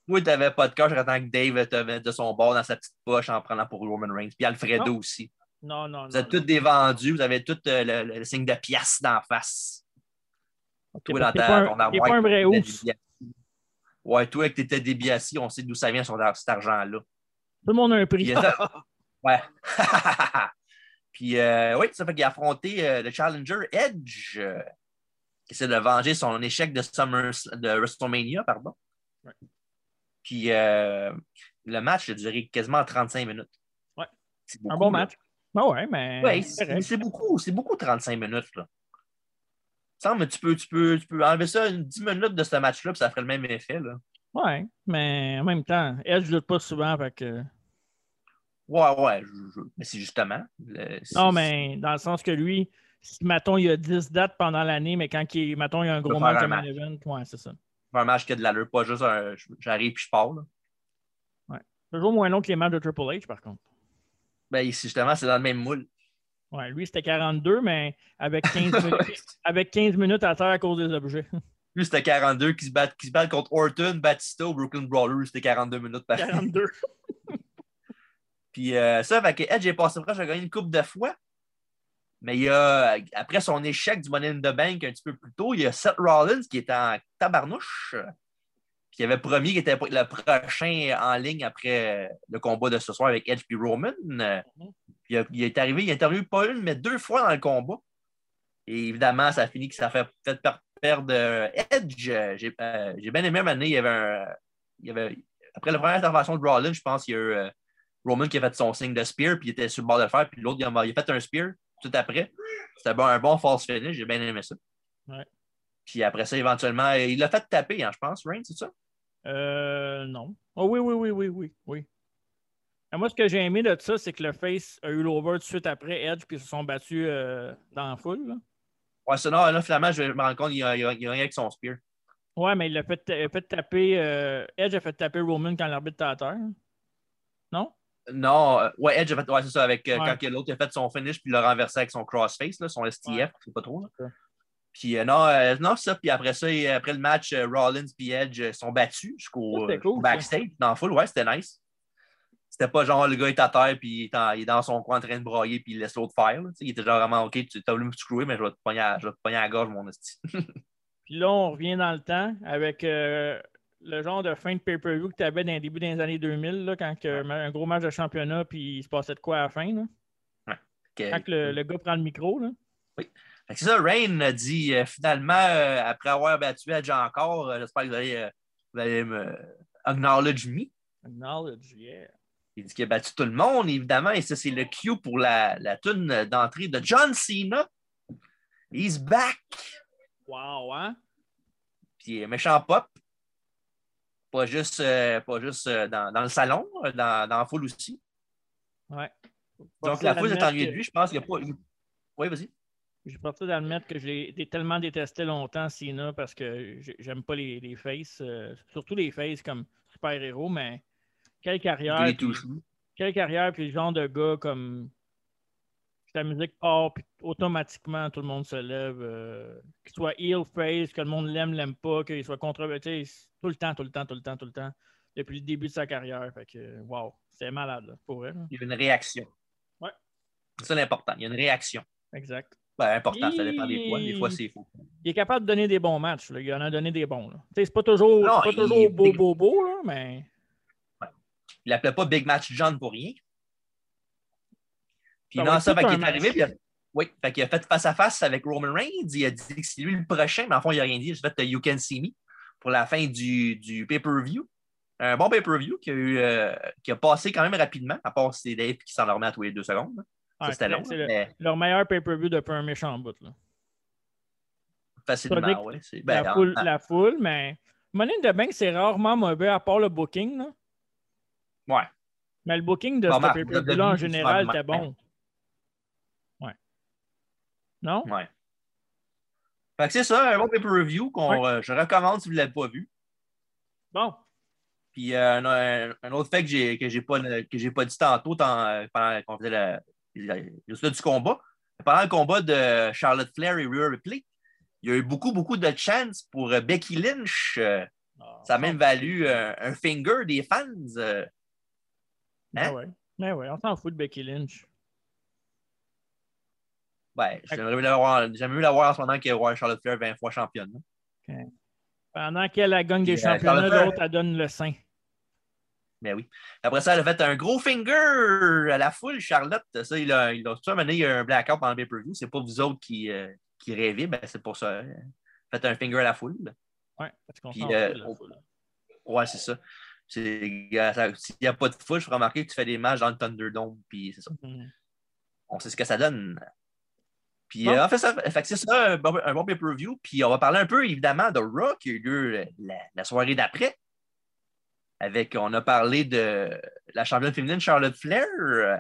Moi, t'avais pas de cœur, j'attends que Dave te mette de son bord dans sa petite poche en prenant pour Roman Reigns. Puis Alfredo
Non.
aussi.
Non, non, non.
Vous êtes
non.
tous des vendus, vous avez tous euh, le, le- le signe de pièce d'en face.
T'es
Toi,
pas-
dans
t'es
ta,
pas un-
ton
t'es
armoire.
pas un
avec
vrai
tes
ours.
débiassis. Ouais, toi, avec tes têtes débiassis, on sait d'où ça vient son, cet argent-là.
Tout le monde a un
Puis,
prix.
euh, ça- ouais. Puis, euh, oui, ça fait qu'il a affronté euh, le challenger Edge, euh, qui essaie de venger son échec de, Summer, de WrestleMania. Pardon.
Ouais.
Puis, euh, le match a duré quasiment 35 minutes.
Ouais.
C'est
Un
beaucoup,
bon
là.
match. Ah ouais, mais.
Ouais,
c'est
c'est
correct.
c'est beaucoup, c'est beaucoup 35 minutes. Là. Il me semble que tu peux, tu, peux, tu peux enlever ça une 10 minutes de ce match-là, puis ça ferait le même effet. Là.
Ouais, mais en même temps, elle, je lutte pas souvent, fait que.
Ouais, ouais, je- je- mais c'est justement. le- c'est-
Non, mais dans le sens que lui, si Maton, il a 10 dates pendant l'année, mais quand il, Maton, il a un gros
faire
match
un
à main
match.
event, ouais, c'est ça.
c'est un match qui a de l'allure, pas juste un je- j'arrive puis je pars. là.
Toujours moins long que les matchs de Triple H, par contre.
Ben, ici, justement, c'est dans le même moule.
Ouais, lui, c'était 42, mais avec 15, minutes,
Lui,
avec 15 minutes à terre à cause des objets.
c'était 42 qui se battent qui se battent contre Orton, Batista, ou Brooklyn Brawler. C'était 42 minutes par
42.
Puis euh, ça, fait que Edge est passé proche, il a gagné une coupe de fois. Mais il y a, après son échec du Money in the Bank un petit peu plus tôt, il y a Seth Rollins qui est en tabarnouche. Puis il avait promis qu'il était le prochain en ligne après le combat de ce soir avec Edge puis Roman. Puis il, a- il est arrivé, il a interviewé pas une, mais deux fois dans le combat. Et évidemment, ça finit que ça fait peut-être per- perdre euh, Edge. Euh, J'ai euh, j'ai bien aimé un moment donné, il y avait un. il y avait, après la première intervention de Rollins, je pense qu'il y a eu. euh, Roman qui a fait son signe de spear, puis il était sur le bord de le faire, puis l'autre, il, a- il a fait un spear tout après. C'était bon- un bon false finish, j'ai bien aimé ça.
Ouais.
Puis après ça, éventuellement, il l'a fait taper, hein, je pense, Rain, c'est ça?
Euh, non. Oh, oui, oui, oui, oui, oui, oui. Ah, moi, ce que j'ai aimé de ça, c'est que le Face a eu l'over tout de suite après Edge, puis ils se sont battus euh, dans la foule. là.
Ouais, sinon, là, finalement, je me rends compte qu'il a, il a, il a rien avec son spear.
Ouais, mais il a fait, ta- il a fait taper. euh, Edge a fait taper Roman quand l'arbitre était à terre. Non?
Non, euh, ouais, Edge a fait, ouais, c'est ça, avec euh,
Ouais.
quand que l'autre a fait son finish, puis il l'a renversé avec son crossface, là, son STF,
Ouais.
je sais pas trop. là.
Ok.
Puis euh, non, euh, non, c'est ça, puis après ça, et après le match, euh, Rollins puis Edge euh, sont battus
Ça,
jusqu'au
c'était
euh,
cool, ça.
backstage, dans la foule, ouais, c'était nice. C'était pas genre le gars est à terre, puis il est, en- il est dans son coin en train de broyer, puis il laisse l'autre faire. là, tu sais, il était genre vraiment, ok, tu t'as voulu me screwer, mais je vais te pogner à, je vais te pogner à la gorge, mon esti.
Puis là, on revient dans le temps avec euh, le genre de fin de pay-per-view que tu avais dans le début des années 2000, là, quand que, euh, un gros match de championnat, puis il se passait de quoi à la fin. Là.
Que-
Quand que le, le gars prend le micro. Là.
Fait que c'est ça, Rain a dit euh, finalement, euh, après avoir battu Edge encore, euh, j'espère que vous allez, euh, vous allez me acknowledge me.
Knowledge, yeah.
Il dit qu'il a battu tout le monde, évidemment, et ça, c'est le cue pour la, la tune d'entrée de John Cena. He's back!
Wow, hein?
Puis euh, méchant pop. Pas juste, euh, pas juste euh, dans, dans le salon, euh, dans, dans la foule aussi.
Ouais.
Donc la foule est ennuyée de lui, je pense qu'il n'y a pas. Oui, vas-y.
J'ai parti d'admettre que je l'ai dé- tellement détesté longtemps, Cena, parce que j'ai- j'aime pas les, les faces, euh, surtout les faces comme super-héros, mais quelle carrière.
Il est
puis-
tout chou.
quelle carrière, puis le genre de gars comme la musique part, puis automatiquement tout le monde se lève. euh, qu'il soit heel, face, que le monde l'aime, l'aime pas, qu'il soit controversé, tout le temps, tout le temps, tout le temps, tout le temps, depuis le début de sa carrière. Fait que, wow, c'est malade, là, pour elle.
Il y a une réaction.
Ouais.
C'est ça l'important. Il y a une réaction.
Exact.
Ben, important, ça dépend des fois. Des fois, c'est faux.
Il est capable de donner des bons matchs, là. il en a donné des bons. là. Tu sais, C'est pas toujours,
Non,
c'est pas
il-
toujours beau, beau, beau, là, mais
Il l'appelait pas Big Match John pour rien. Puis
Ça va
non,
être
ça,
tout
fait qu'il
un
est arrivé.
match.
puis il a- oui, fait qu'il a fait face à face avec Roman Reigns. Il a dit que c'est lui le prochain, mais en fond, il n'a rien dit. Il a juste fait euh, You Can See Me pour la fin du, du pay-per-view. Un bon pay-per-view qui, a eu, euh, qui a passé quand même rapidement, à part c'est Dave qui s'en remet à tous les deux secondes. hein. Ça,
ouais,
c'était long,
c'est le-
mais
leur meilleur pay-per-view depuis un méchant bout. Là. Ça veut dire
facilement,
que
oui. Ben,
la,
en-
foule,
en-
la foule, mais Money in the Bank, c'est rarement mauvais à part le booking. Là.
ouais.
Mais le booking de
Bon,
ce
Marc,
pay-per-view-là, en
WWE,
général,
c'est
était
vraiment-
bon. Ouais. Non?
Ouais. Fait que c'est ça, un bon pay-per-view qu'on euh, je recommande si vous ne l'avez pas vu.
Bon,
Puis euh, un, un- un autre fait que j'ai que j'ai pas que j'ai pas dit tantôt tant- euh, pendant qu'on faisait la- la- le résultat du combat, pendant le combat de Charlotte Flair et Rhea Ripley, il y a eu beaucoup beaucoup de chance pour euh, Becky Lynch. euh,
Ah,
ça a même valu euh, un finger des fans. euh.
Ben ouais. Ben ouais, on s'en fout de Becky Lynch.
ouais, j'aimerais mieux l'avoir j'aimerais mieux l'avoir en ce moment que voir Charlotte Flair 20 fois championne.
Pendant qu'elle a gagne des
Puis, euh,
championnats,
Charlotte-
l'autre, elle donne le sein.
Mais Ben oui. Après ça, elle a fait un gros finger à la foule, Charlotte. Ça, il a, il a ça, à un moment donné, il y a un blackout pendant le pay-per-view. C'est pas vous autres qui, euh, qui rêvez, ben, c'est pour ça. euh, Faites un finger à la foule.
Ouais, parce qu'on
Puis,
s'en fout
euh,
de la
on-
foule.
Ouais, c'est ça. C'est- gars, ça- S'il n'y a pas de foule, je peux remarquer que tu fais des matchs dans le Thunderdome, puis c'est ça.
Mhm.
On sait ce que ça donne. Puis
Bon.
euh, en fait, ça, fait que c'est ça, un bon, un bon pay-per-view. Puis on va parler un peu, évidemment, de Raw qui a eu lieu euh, la, la soirée d'après. Avec, on a parlé de la championne féminine Charlotte Flair. euh,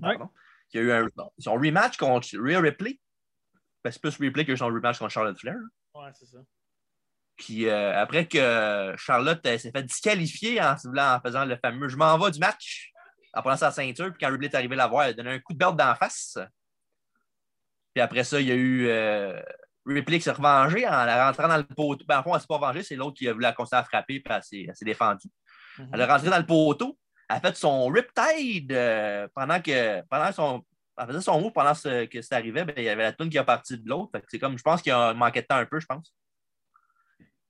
pardon, qui a eu un, son rematch contre Rhea Ripley. Ben, c'est plus Ripley que son rematch contre Charlotte Flair.
Ouais, c'est ça.
Puis euh, après que Charlotte euh, s'est fait disqualifier en, se voulant- en faisant le fameux Je m'en vais du match, en prenant sa ceinture, puis quand Ripley est arrivé la voir, elle a donné un coup de belt d'en face. Puis après ça, il y a eu euh, Ripley qui s'est revengée en la rentrant dans le poteau. Ben, en fond, elle s'est pas vengée, c'est l'autre qui a voulu la continuer à frapper, puis elle s'est- elle s'est défendue.
Mhm.
Elle est rentrée dans le poteau. Elle a fait son riptide euh, pendant que pendant son. Elle faisait son move pendant ce- que ça arrivait, ben, il y avait la toune qui a parti de l'autre. Fait que C'est comme je pense qu'il a manqué de temps un peu, je pense.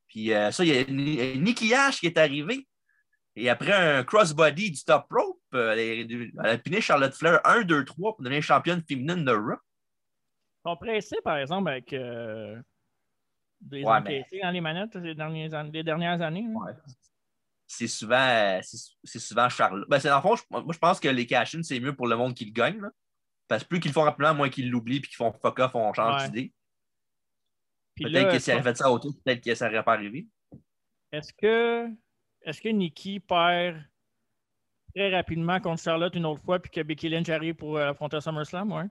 Puis euh, ça, il y a Ni- Nikki Ash qui est arrivée. Et après un crossbody du top rope, euh, elle, est- elle a piné Charlotte Flair 1, 2, 3 pour devenir championne féminine de Raw.
Ils sont pressés, par exemple, avec euh, des
Ouais,
encaissés dans les manettes ces dernières, an- les dernières années. hein. là.
C'est souvent, euh, c'est c'est souvent Charlotte. Ben, c'est dans le fond, je- moi, je pense que les cash c'est mieux pour le monde qui le gagne. là. Parce que plus qu'ils le font rapidement, moins qu'ils l'oublient puis qu'ils font fuck off, on change
Ouais.
d'idée.
Puis
Peut-être
là,
que si elle avait fait ça autour, peut-être que ça n'aurait pas arrivé.
Est-ce que, est que Nikki perd très rapidement contre Charlotte une autre fois, puis que Becky Lynch arrive pour euh, affronter à SummerSlam, ouais?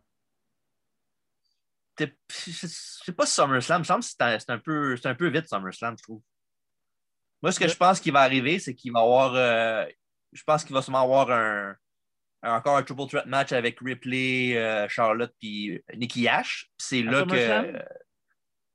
T'es- Je sais pas si SummerSlam, il me semble que c'est un, c'est un peu, c'est un peu vite SummerSlam, je trouve. Moi, ce que
Ouais.
je pense qui va arriver, c'est qu'il va avoir. euh, je pense qu'il va sûrement avoir un, un- encore un triple threat match avec Ripley, euh, Charlotte puis Nikki Ash. Puis C'est
À
là
SummerSlam?
que.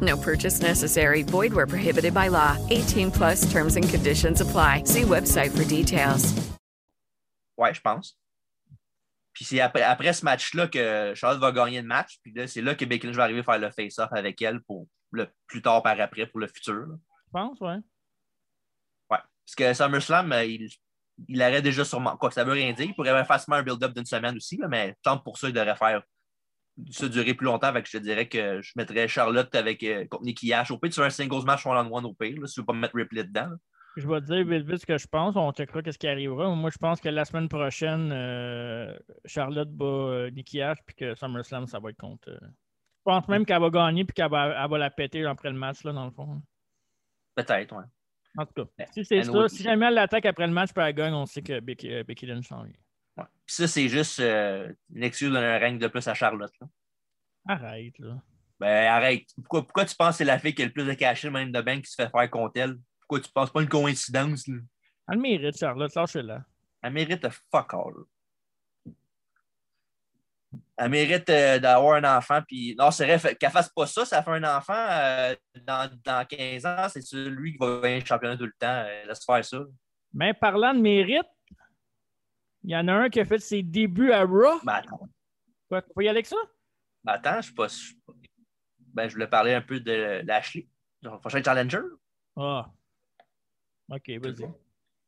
No purchase necessary. Void where prohibited by law. 18 plus terms and conditions apply. See website for details.
Ouais, je pense. Puis c'est après, après ce match-là que Charlotte va gagner le match. Puis là, c'est là que Becky Lynch va arriver faire le face-off avec elle pour le plus tard par après pour le futur. là.
Je pense, ouais.
Ouais. Parce que SummerSlam, euh, il, il aurait déjà sûrement. Quoi, ça veut rien dire. Il pourrait faire facilement un build-up d'une semaine aussi, là, mais tant pour ça, il devrait faire ça durer plus longtemps. Fait que je te dirais que je mettrais Charlotte avec euh, contre Nikki Ash. Au pire, tu veux un singles match one-on-one au pire, là, si tu veux pas mettre Ripley dedans. là.
Je vais te dire vite, vite ce que je pense. On checkera qu'est-ce qui arrivera. Moi, je pense que la semaine prochaine, euh, Charlotte bat euh, Nikki Ash, puis que SummerSlam, ça va être contre. euh, Je pense même qu'elle va gagner, puis qu'elle va, elle va la péter après le match, là, dans le fond.
Peut-être, ouais.
En tout cas,
Ben,
si c'est
anyway,
ça, si jamais elle l'attaque après le match, puis elle gagne, on sait que Becky, euh, Becky Lynch s'en vient.
ouais. Puis ça, c'est juste euh, une excuse d'un règne de plus à Charlotte. là.
Arrête, là.
Ben arrête. Pourquoi, pourquoi tu penses que c'est la fille qui a le plus de cachet, même de banque, qui se fait faire contre elle? Pourquoi tu penses pas une coïncidence? Là?
Elle le mérite, Charlotte, lâche-la.
Elle mérite le fuck all. Elle mérite euh, d'avoir un enfant. Puis... Non, c'est vrai, fait- qu'elle fasse pas ça, ça fait un enfant euh, dans, dans 15 ans, c'est celui qui va gagner le championnat tout le temps. Euh, laisse faire ça.
Mais parlant de mérite, il y en a un qui a fait ses débuts à Raw.
Ben, attends,
Quoi, faut y aller avec ça?
ben, attends, je suis pas. je suis pas- Ben, je voulais parler un peu de Lashley, son prochain challenger.
Ah. OK, vas-y.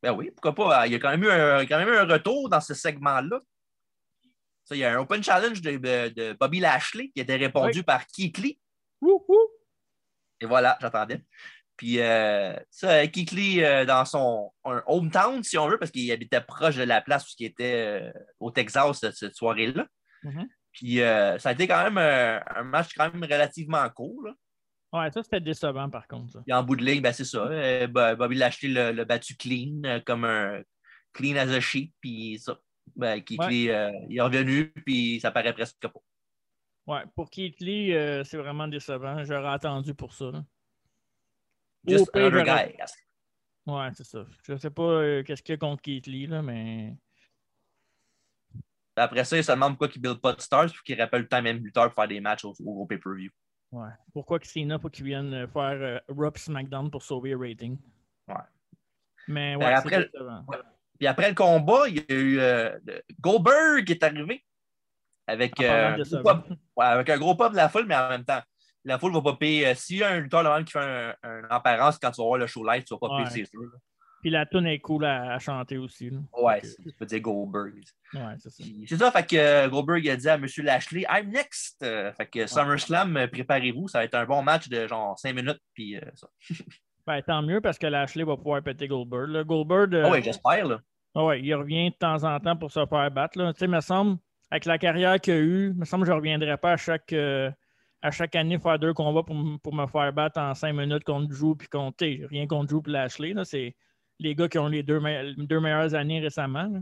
Ben oui, pourquoi pas? Il y a quand même eu un, quand même eu un retour dans ce segment-là. Ça, il y a un open challenge de, de- de Bobby Lashley qui était répondu par Keith Lee.
Wouhou!
Et voilà, j'attendais. Puis euh, ça, Keith Lee, euh, dans son un hometown, si on veut, parce qu'il habitait proche de la place où il était euh, au Texas cette, cette soirée-là.
Mhm.
Puis euh, ça a été quand même euh, un match quand même relativement court. là.
Ouais, ça, c'était décevant, par contre. ça.
Puis en bout de ligne, ben, c'est ça. euh, Bo- Bobby Lashley l'a l'a battu clean, euh, comme un clean as a sheet. Puis ça, ben, Keith
Ouais.
Lee, euh, il est revenu, puis ça paraît presque pas.
Ouais, pour Keith Lee, euh, c'est vraiment décevant. J'aurais attendu pour ça. là.
Just
pire,
another
j'aurais-
guy.
Ouais, c'est ça. Je sais pas euh, qu'est-ce qu'il y a contre Keith Lee, là, mais.
Après ça, il se demande pourquoi il build pas de stars, puis qu'il rappelle le temps même lutteur pour faire des matchs au, au gros pay-per-view.
Ouais. Pourquoi que Cena pour qu'il vienne euh, faire euh, Raw puis SmackDown pour sauver le rating?
Ouais.
Mais ouais,
Ben,
c'est
après-
décevant.
Puis après le combat, il y a eu euh, le- Goldberg est arrivé avec,
En
euh, un
parlant Ah, de
gros
décevant.
pop- ouais, avec un gros pop de la foule, mais en même temps, la foule va popper. euh, S'il y a un lutteur de même qui fait un, un apparence, quand tu vas voir le show live, tu vas popper,
Ouais.
c'est sûr.
Puis la tune est cool à, à chanter aussi. là.
Ouais,
Ok.
c'est- je peux dire Goldberg.
Ouais, c'est ça.
Puis C'est ça, fait que euh, Goldberg a dit à M. Lashley, I'm next. Euh, fait que SummerSlam, euh, préparez-vous, ça va être un bon match de genre 5 minutes. Puis euh, ça.
Ben, tant mieux parce que Lashley va pouvoir péter Goldberg. là. Goldberg, euh,
Ah ouais, j'espère. là.
ah ouais, il revient de temps en temps pour se faire battre. là. Tu sais, me semble, avec la carrière qu'il a eue, me semble que je ne reviendrai pas à chaque, euh, à chaque année faire deux combats pour, m- pour me faire battre en cinq minutes contre Drew puis contre tu sais, rien contre Drew puis Lashley. là. C'est les gars qui ont les deux, me- deux meilleures années récemment. là.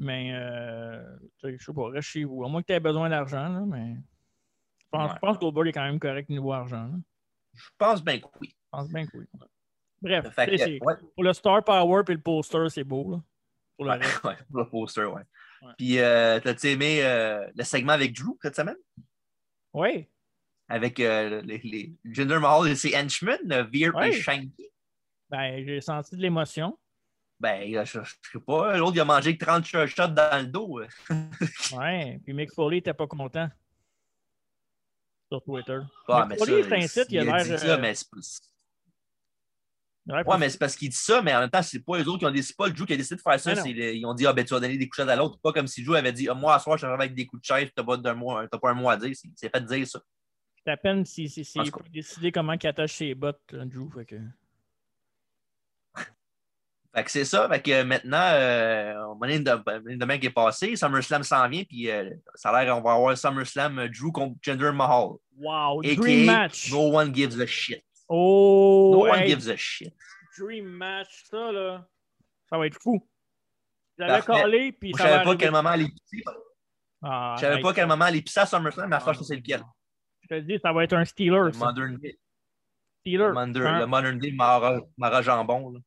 Mais euh, tu sais, je sais pas, reste chez vous. À moins que tu aies besoin d'argent, là, mais je pense,
Ouais.
je pense que Goldberg est quand même correct niveau argent. là.
Je pense bien que oui.
Je pense bien que oui. Bref,
Fait que,
c'est- c'est-
ouais.
pour le Star Power et le poster, c'est beau. Là. Pour le
Ouais,
reste.
ouais, pour le poster, ouais.
Ouais.
Puis, euh, t'as-tu aimé euh, le segment avec Drew cette semaine?
Oui.
Avec euh, les, les Jinder Mahal et ses henchmen, euh, Veer
Ouais.
et Shanky?
Ben, j'ai senti de l'émotion.
Ben, euh, je, je sais pas. L'autre, il a mangé 30 sh- shots dans le dos. euh.
Ouais. Puis Mick Foley n'était pas content. Sur Twitter.
Ah,
Mick Foley, c'est un site, il a
il a
l'air.
dit ça,
euh,
mais c'est pas-
il a l'air
Ouais, mais c'est parce qu'il dit ça, mais en même temps, c'est pas eux autres qui ont décidé, c'est pas le Drew qui a décidé de faire ça.
Mais non.
c'est le- ils ont dit, ah, ben, tu vas donner des coups de chaise à l'autre. Pas comme si Drew avait dit, ah, moi, à soir, je travaille avec des coups de chaise, t'as pas, d'un mois- t'as pas un mois à dire. C'est c'est fait dire ça.
C'est à peine s'il si, si,
En
il
tout
peut décider comment il attache ses bottes, là, Drew. Fait que...
Fait que c'est ça. Fait que euh, maintenant, euh, on va aller de- aller demain qui est passé, SummerSlam s'en vient, puis euh, ça a l'air, on va avoir SummerSlam euh, Drew contre Jinder Mahal.
Wow, Dream
AKA,
Match.
no one gives a shit.
Oh,
No one
hey,
gives a shit.
Dream Match, ça, là. Ça va être fou. Vous allez
Parfait.
caler, puis
Moi,
ça
je
va
savais pas
arriver.
quel moment aller pisser.
Ah,
Je savais
hey,
pas quel moment aller pisser à SummerSlam, mais à
Ah,
soir, je sais c'est lequel.
Je te dis, ça va être un Steeler.
Le
ça.
Modern Day.
Steeler.
Le Modern,
Un-
le modern Day Mara, Mara Jambon. là.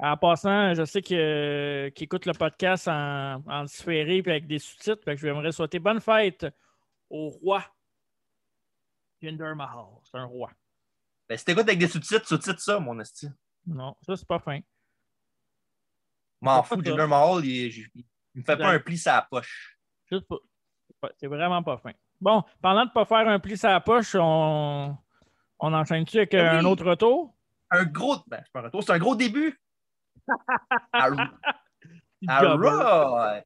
En passant, je sais que, euh, qu'il écoute le podcast en, en différé puis avec des sous-titres. Fait que je lui aimerais souhaiter bonne fête au roi Jinder Mahal. C'est un roi.
Ben, si t'écoutes avec des sous-titres, sous-titres ça, mon esti.
Non, ça, c'est pas fin.
M'en
Pourquoi
fous,
pas?
Jinder Mahal, il, il- il- il me fait pas un pli sur la poche.
Juste pas- c'est pas- C'est vraiment pas fin. Bon, pendant de pas faire un pli sur la poche, on, on enchaîne-tu avec
Ben
euh,
oui.
un autre retour?
Un gros. Ben, c'est pas un retour, c'est un gros début. À- à
Jobber.
Raw.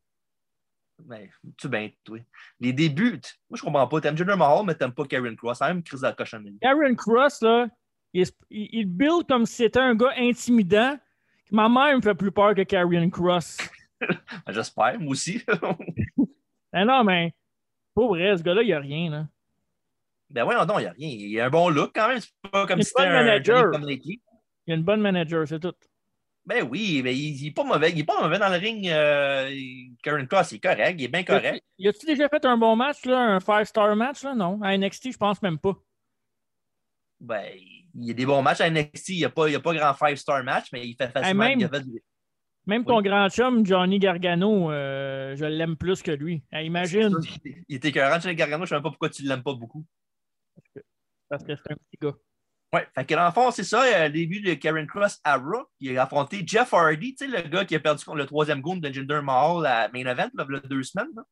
Ben, tu ben, toi. Les débuts, t- moi je comprends pas. T'aimes Jinder Mahal, mais t'aimes pas Karen Cross. C'est la même crise de la cochonnerie.
Aaron Cross, là, il, est- il- il build comme si c'était un gars intimidant. Ma mère me fait plus peur que Karrion Cross.
Ben, J'espère, moi aussi.
Ah non, mais pour vrai, ce gars-là, il n'y a rien. Là.
ben ouais, non, il y a rien. Il a un bon look quand même. C'est pas comme
Il est
si c'était
pas le
un
manager.
Johnny Come Lately.
Il a une bonne manager, c'est tout.
Ben oui, mais il, il est pas mauvais. Il est pas mauvais dans le ring. euh, Karen Cross, il est correct. Il est bien correct.
Y a-tu déjà fait un bon match, là, un five-star match? Là? Non. À NXT, je pense même pas.
Ben, il y a des bons matchs à NXT. Il n'y a, pas- il y a pas grand five-star match, mais il fait facilement.
même-
il a fait-
Même
Oui.
ton grand chum, Johnny Gargano, euh, je l'aime plus que lui. Eh, imagine,
Il était écœurant, Johnny Gargano. Je ne sais même pas pourquoi tu ne l'aimes pas beaucoup.
parce que c'est un petit gars.
Ouais, fait que dans le fond, c'est ça, euh, le début de Karen Cross à Raw, il a affronté Jeff Hardy, tu sais, le gars qui a perdu contre le troisième goon de Jinder Mahal à Main Event, là, il y a deux semaines. là.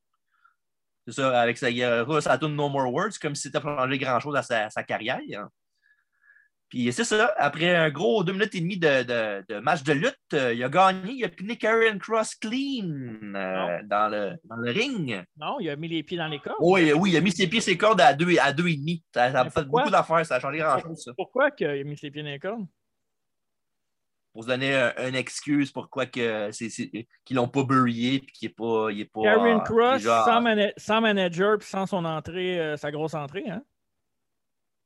C'est ça, avec sa, euh, sa tune No More Words, comme si c'était pas changé grand-chose à sa, sa carrière. hein. Puis c'est ça, après un gros deux minutes et demie de, de- de match de lutte, euh, il a gagné, il a piné Karen Cross clean euh, dans, le, dans le ring.
Non, il a mis les pieds dans les cordes.
Oui, oui, il a mis ses pieds, ses cordes à deux, à deux et demi. Ça, ça a
Mais
fait
pourquoi?
beaucoup d'affaires, ça a changé grand-chose, ça.
Pourquoi qu'il a mis ses pieds dans les cordes?
Pour se donner un- une excuse pourquoi que c'est, c'est- qu'ils l'ont pas burié puis qu'il est pas. Il est pas
Karen
euh,
Cross,
déjà-
sans, mana- sans manager puis sans son entrée, euh, sa grosse entrée, hein?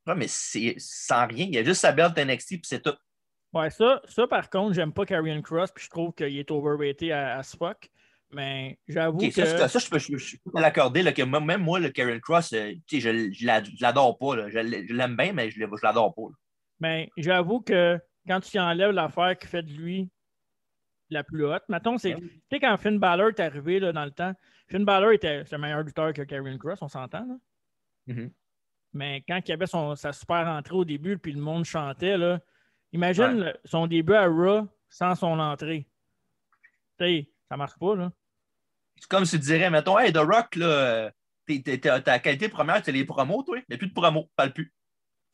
Ouais, mais c'est sans rien. Il y a juste sa belle NXT puis c'est tout.
Ouais, ça, ça par contre, j'aime pas Karrion Cross, puis je trouve qu'il est overrated à, à ce fuck. Mais j'avoue
Ok,
que.
ça, ça, ça, je peux, je- je peux l'accorder là, que moi- même moi, le Karen Cross, euh, tu sais, je, je la- je l'adore pas. là. Je, l'- je l'aime bien, mais je, l'ai- je l'adore pas. là.
Mais Ben, j'avoue que quand tu y enlèves l'affaire qui fait de lui la plus haute, mettons, c'est. Tu sais, quand Finn Balor est arrivé là, dans le temps, Finn Balor était le meilleur lutteur que Karrion Cross, on s'entend. là.
Mhm.
Mais quand il avait son, sa super entrée au début, puis le monde chantait, là, imagine le- son début à Raw sans son entrée. Tu sais, ça marche pas, là.
C'est comme si tu dirais, mettons, hey, The Rock, là, euh, t'es- t'es- t'as- ta qualité première, c'est les promos, toi. Il n'y a plus de promos, parle plus.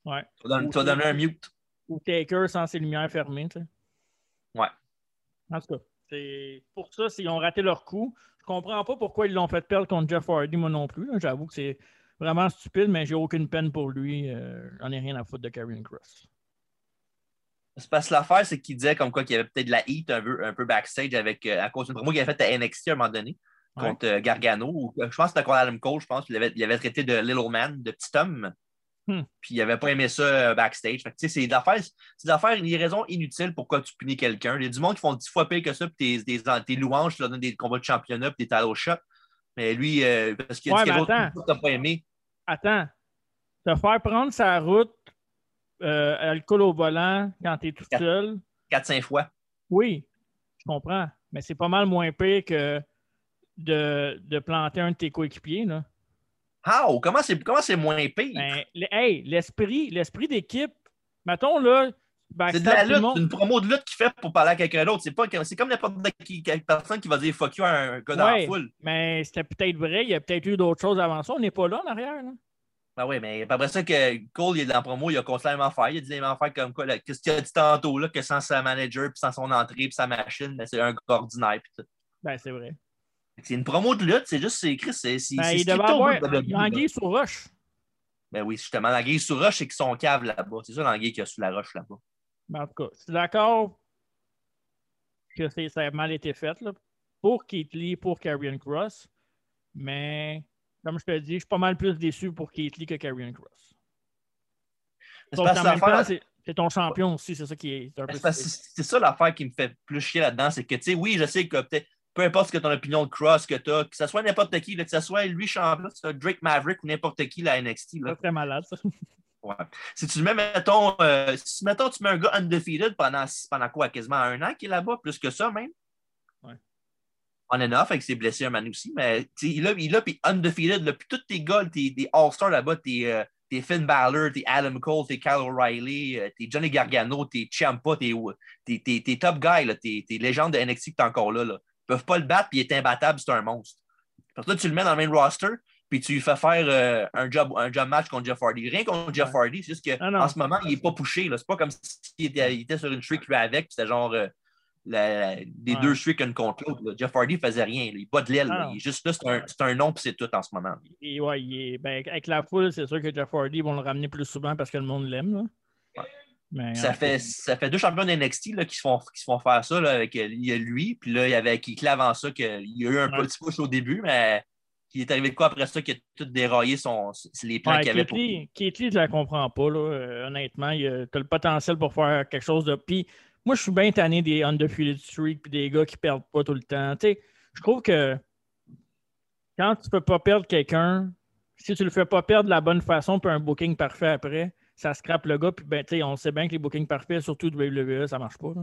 Ouais.
Tu vas donner- tu vas donner un mute.
Ou Taker sans ses lumières fermées, tu sais.
Ouais.
En tout cas, c'est- pour ça, s'ils ont raté leur coup, je comprends pas pourquoi ils l'ont fait perdre contre Jeff Hardy, moi non plus. là. J'avoue que c'est vraiment stupide, mais j'ai aucune peine pour lui. Euh, J'en ai rien à foutre de Karrion Cross.
C'est parce que l'affaire, c'est qu'il disait comme quoi qu'il y avait peut-être de la heat un peu, un peu backstage avec, euh, à cause d'une promo qu'il avait faite à NXT à un moment donné
Ouais.
contre euh, Gargano. Ou, je pense que c'était contre Adam Cole, je pense. Il avait, il avait traité de Little Man, de petit homme.
Hmm.
Puis il n'avait pas aimé ça euh, backstage. Fait que, tu sais, c'est des affaires, c'est des affaires, des raisons inutiles pourquoi tu punis quelqu'un. Il y a du monde qui font dix fois pire que ça, puis tes, tes, tes louanges, tu leur donnes des combats de championnat, puis des talons shot. Mais lui, euh, parce qu'il a
Ouais,
dit
mais
quelque
attends.
chose que t'as pas aimé.
Attends, te faire prendre sa route, euh, alcool au volant, quand t'es tout
Quatre.
seul,
4-5 fois.
Oui, je comprends. Mais c'est pas mal moins pire que de, de planter un de tes coéquipiers. Là.
How? Comment c'est comment c'est moins pire?
Ben, le- hey, l'esprit, l'esprit d'équipe, mettons là, ben,
C'est
backstab
de la
tout le
lutte,
monde.
c'est une promo de lutte qu'il fait pour parler à quelqu'un d'autre. C'est pas comme- c'est comme n'importe qui- quelle personne qui va dire fuck you à un gars dans
Ouais.
la foule.
Mais c'était peut-être vrai, il y a peut-être eu d'autres choses avant ça. On n'est pas là en arrière. là.
Ben oui, mais après ça que Cole il est dans la promo, il a constamment fait. Il a dit des affaires comme quoi, là, qu'est-ce qu'il a dit tantôt, là, que sans sa manager, puis sans son entrée, puis sa machine, ben, c'est un gars ordinaire. puis tout.
Ben, c'est vrai.
C'est une promo de lutte, c'est juste, c'est écrit, c'est c'est-
Ben,
c'est
il
ce qui
devait
tourne,
avoir
le WWE, là.
l'anguille sur roche.
Ben oui, justement, l'anguille sous roche, c'est qu'ils sont caves là-bas. C'est ça l'anguille qu'il y a sous la roche là-bas.
Ben, en tout cas, je suis d'accord que c'est- ça a mal été fait là, pour Keith Lee, pour Karrion Cross. Mais comme je te dis, je suis pas mal plus déçu pour Keith Lee que Karrion Cross.
C'est
Sauf
parce
qu'en
que
même
l'affaire-
temps, c'est c'est ton champion aussi, c'est ça qui est. c'est un
Mais Ben,
peu-
c'est parce que C'est c'est ça l'affaire qui me fait plus chier là-dedans, c'est que, tu sais, oui, je sais que peut-être, peu importe ce que ton opinion de Cross que tu as, que ce soit n'importe qui, là, que ce soit lui champion, que ce soit Drake Maverick ou n'importe qui, la NXT,
C'est
là.
très malade, ça.
Ouais. Si tu le mets, mettons, euh, si mettons, tu mets un gars undefeated pendant, pendant quoi, quasiment un an qu'il est là-bas, plus que ça même.
Ouais.
On and off, fait qu'il s'est blessé un man aussi, mais tu sais, il est là, il est là, puis undefeated, là, puis tous tes gars, tes, tes All-Stars là-bas, tes, euh, tes Finn Balor, tes Adam Cole, tes Kyle O'Reilly, euh, tes Johnny Gargano, tes Ciampa, tes, euh, tes, tes- tes top guys, là, tes, tes légendes de NXT que t'es encore là, là. Ils peuvent pas le battre, puis il est imbattable, c'est un monstre. Parce que là, tu le mets dans le même roster, puis tu lui fais faire euh, un, job, un job match contre Jeff Hardy. Rien contre Jeff Hardy, c'est juste
Ah, non.
qu'en ce moment, il n'est pas poussé. là. C'est pas comme s'il était, il était sur une streak lui avec, puis c'était genre euh, la- la- des
Ouais.
deux streaks une contre l'autre. là. Jeff Hardy faisait rien. là. Il bat de l'aile.
Ah,
là.
non.
Il est juste là, c'est un, c'est un nom, puis c'est tout en ce moment.
Et ouais, il est- ben, avec la foule, c'est sûr que Jeff Hardy, ils vont le ramener plus souvent parce que le monde l'aime. là. Mais,
Ça
en-
fait, ça fait deux champions de NXT là, qui, se font, qui se font faire ça. Là, avec, euh, il y a lui, puis là, il y avait Keith Lee avant ça, qu'il y a eu un
Ouais.
petit push au début, mais il est arrivé de quoi après ça, qu'il a tout déraillé son, les plans
Ouais,
qu'il avait
Keith
pour.
Lee, Keith Lee, je la comprends pas, là, euh, honnêtement. Tu as le potentiel pour faire quelque chose de. Puis, moi, je suis bien tanné des undefeated streak puis des gars qui perdent pas tout le temps. Tu sais, je trouve que quand tu peux pas perdre quelqu'un, si tu le fais pas perdre de la bonne façon, puis un booking parfait après, ça scrape le gars. Puis, ben, tu sais, on sait bien que les bookings parfaits, surtout de WWE, ça marche pas. là.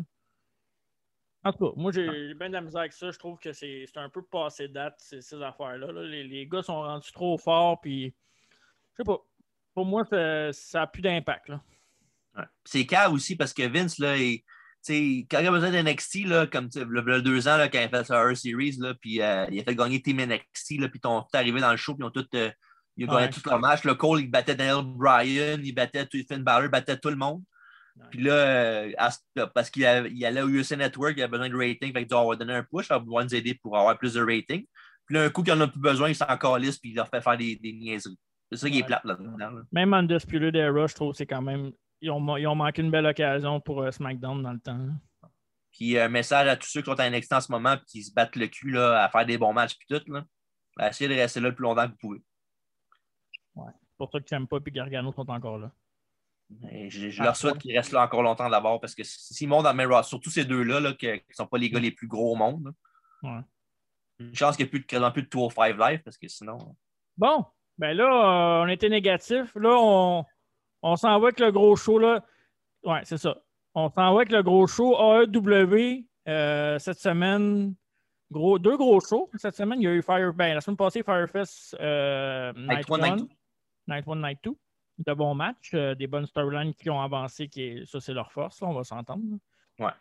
En tout cas, moi, j'ai j'ai bien de la misère avec ça. Je trouve que c'est c'est un peu passé date, ces, ces affaires-là. là. Les, les gars sont rendus trop forts, puis. Je sais pas. Pour moi, ça, ça a plus d'impact. là.
Ouais. C'est cave aussi parce que Vince, là, il, t'sais, quand il a besoin d'NXT, là, comme le, le deux ans, là, quand il a fait sa R-Series, là, puis euh, il a fait gagner Team NXT, là, puis ton- t'es arrivé dans le show, puis ils ont tout, euh, ils ont gagné
Ouais.
tout leur match. Le Cole, il battait Daniel Bryan, il battait tout- Finn Balor, il battait tout le monde. Puis là, euh, à ce- parce qu'il a- il allait au USA Network, il a besoin de rating, fait qu'il dit on va donner un push, on va nous aider pour avoir plus de rating. Puis là, un coup qu'il en a plus besoin, il s'en calisse, puis il leur fait faire des, des niaiseries. C'est ça qui est
Ouais.
plate là-dedans. là.
Même Undisputed Era, je trouve, c'est quand même. Ils ont, ma- ils ont manqué une belle occasion pour euh, SmackDown dans le temps. là.
Puis un message à tous ceux qui sont à NXT en ce moment et qui se battent le cul là, à faire des bons matchs puis tout. Là. Ben, Essayez de rester là le plus longtemps que vous pouvez.
Pour ceux qui n'aiment pas, puis Gargano sont encore là.
Et je je
Ah,
leur souhaite
ouais.
qu'ils restent là encore longtemps d'abord parce que s- s'ils montent dans le main roster, surtout ces deux-là là, que- qui ne sont pas les gars les plus gros au monde, là.
Ouais.
une chance qu'il n'y ait plus de, quasiment plus de Tour 5 Live parce que sinon.
Bon, ben là, euh, on était négatif. Là, on, on s'en va avec le gros show. Là. Ouais, c'est ça. On s'en va avec le gros show AEW euh, cette semaine. Gros, deux gros shows. Cette semaine, il y a eu Fire. Ben, la semaine passée, Firefest euh, Night,
one,
one,
night two.
Night One, Night Two. De bons matchs, euh, des bonnes storylines qui ont avancé. Qui est- ça, c'est leur force. là, on va s'entendre. là.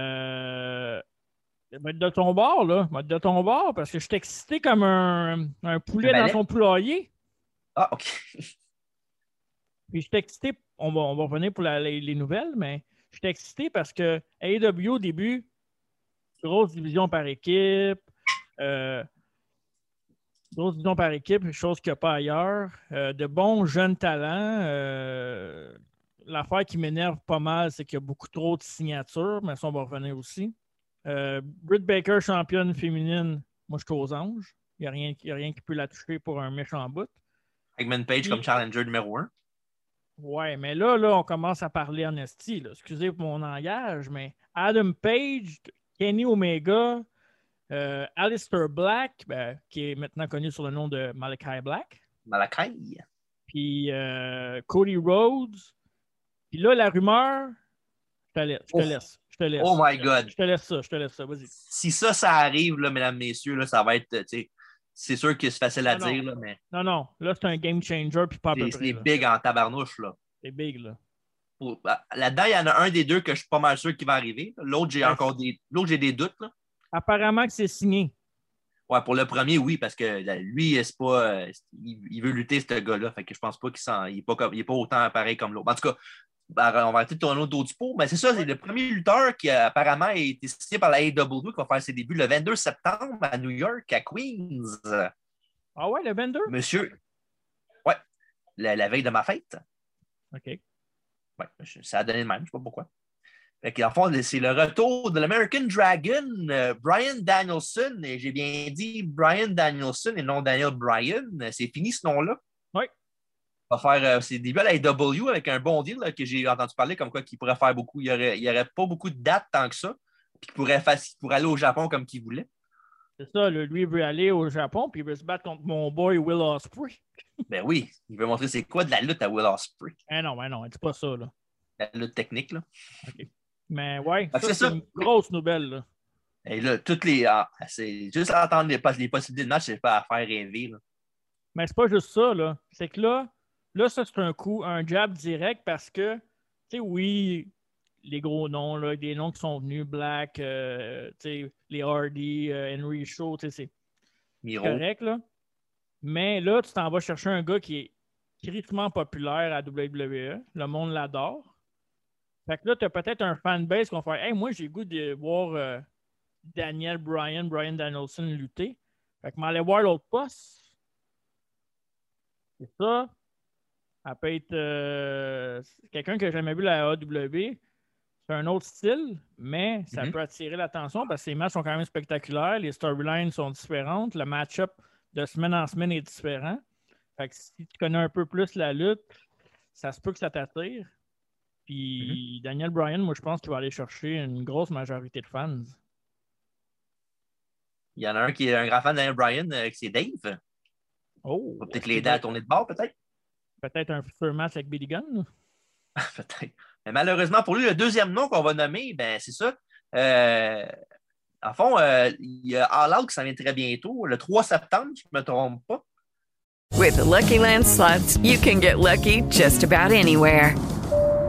Euh, va être de ton bord, là. Va être de ton bord, parce que je suis excité comme un, un poulet dans
Balai.
son poulailler.
Ah, OK.
Puis je suis excité, on va, on va revenir pour la- les, les nouvelles, mais je suis excité parce que AEW, au début, grosse division par équipe, euh, grosse division par équipe, chose qu'il n'y a pas ailleurs, euh, de bons jeunes talents. euh, L'affaire qui m'énerve pas mal, c'est qu'il y a beaucoup trop de signatures, mais ça, on va revenir aussi. Euh, Britt Baker, championne féminine, moi, je suis aux anges. Il n'y a, rien- il y a rien qui peut la toucher pour un méchant bout.
Eggman Page comme challenger numéro 1.
Ouais, mais là, là, on commence à parler en esti, là. Excusez pour mon langage, mais Adam Page, Kenny Omega, euh, Alistair Black, ben, qui est maintenant connu sur le nom de Malachi Black,
Malakai.
puis euh, Cody Rhodes. Puis là, la rumeur, je te laisse, je te
Oh.
laisse, je te laisse.
Oh my God.
Je te laisse ça, je te laisse ça, vas-y.
Si ça, ça arrive, là, mesdames, messieurs, là, ça va être. euh, tu sais, C'est sûr que c'est facile à
Ah Non, non.
dire, là, mais
Non, non, là, c'est un game changer, puis pas à peu
c'est
près,
c'est
là.
big en tabarnouche. Là.
C'est big, là.
pour- bah, Là-dedans, il y en a un des deux que je suis pas mal sûr qu'il va arriver. L'autre, j'ai
Ouais.
encore des. L'autre, j'ai des doutes. là.
Apparemment que c'est signé.
Ouais, pour le premier, oui, parce que là, lui, c'est pas. euh, il, il veut lutter, ce gars-là. Fait que je pense pas qu'il s'en. Il est pas, comme- il est pas autant pareil comme l'autre. En tout cas, bah, on va arrêter de tourner autour du pot. Mais c'est ça, c'est le premier lutteur qui a apparemment a été signé par la AEW qui va faire ses débuts le 22 septembre à New York, à Queens.
Ah ouais, le 22?
Monsieur. Ouais. La- la veille de ma fête.
OK.
Ouais, je- ça a donné le même, je ne sais pas pourquoi. Fait que, en fond, c'est le retour de l'American Dragon, euh, Brian Danielson. Et j'ai bien dit Brian Danielson et non Daniel Bryan. Euh, C'est fini ce nom-là.
Ouais.
Il va faire euh, ses débuts à la AEW avec un bon deal là, que j'ai entendu parler, comme quoi qu'il pourrait faire beaucoup. Il n'y aurait, il y aurait pas beaucoup de dates tant que ça. Puis qu'il pourrait, faci- pour aller au Japon comme qu'il voulait.
C'est ça, là, lui, il veut aller au Japon, puis il veut se battre contre mon boy Will Ospreay.
Ben oui, il veut montrer c'est quoi de la lutte à Will Ospreay.
Eh non, eh non, dis pas ça, là.
La lutte technique, là.
Mais ouais,
Ah,
ça,
c'est
c'est
ça.
une grosse nouvelle, là.
Et là, toutes les. ah, c'est juste entendre les, poss- les possibilités de match, c'est pas à faire rêver. là.
Mais c'est pas juste ça, là. C'est que là, là, ça, c'est un coup, un jab direct parce que, tu sais, oui, les gros noms, là, des noms qui sont venus, Black, euh, tu sais, les Hardy, euh, Henry Shaw, tu sais, c'est
Miro.
correct, là. Mais là, tu t'en vas chercher un gars qui est critiquement populaire à WWE. Le monde l'adore. Fait que là, tu as peut-être un fanbase qui va faire Hey, moi, j'ai le goût de voir euh, Daniel Bryan, Bryan Danielson lutter. Fait que m'allais voir l'autre poste. C'est ça. Elle peut être euh, quelqu'un que j'ai jamais vu la E, AW. C'est un autre style, mais ça
Mhm.
peut attirer l'attention parce que les matchs sont quand même spectaculaires. Les storylines sont différentes. Le match-up de semaine en semaine est différent. Fait que si tu connais un peu plus la lutte, ça se peut que ça t'attire. Puis
Mhm.
Daniel Bryan, moi, je pense qu'il va aller chercher une grosse majorité de fans.
Il y en a un qui est un grand fan d'Alain Bryan, euh, c'est Dave. Il va
Oh!
Peut-être l'aider à tourner de bord, peut-être.
Peut-être un futur match avec Billy Gunn.
peut-être. Mais malheureusement pour lui, le deuxième nom qu'on va nommer, ben, c'est ça. Euh, en fond, euh, il y a All Out qui s'en vient très bientôt, le 3 septembre, si je ne me trompe pas.
With the Lucky Land slots, you can get lucky just about anywhere.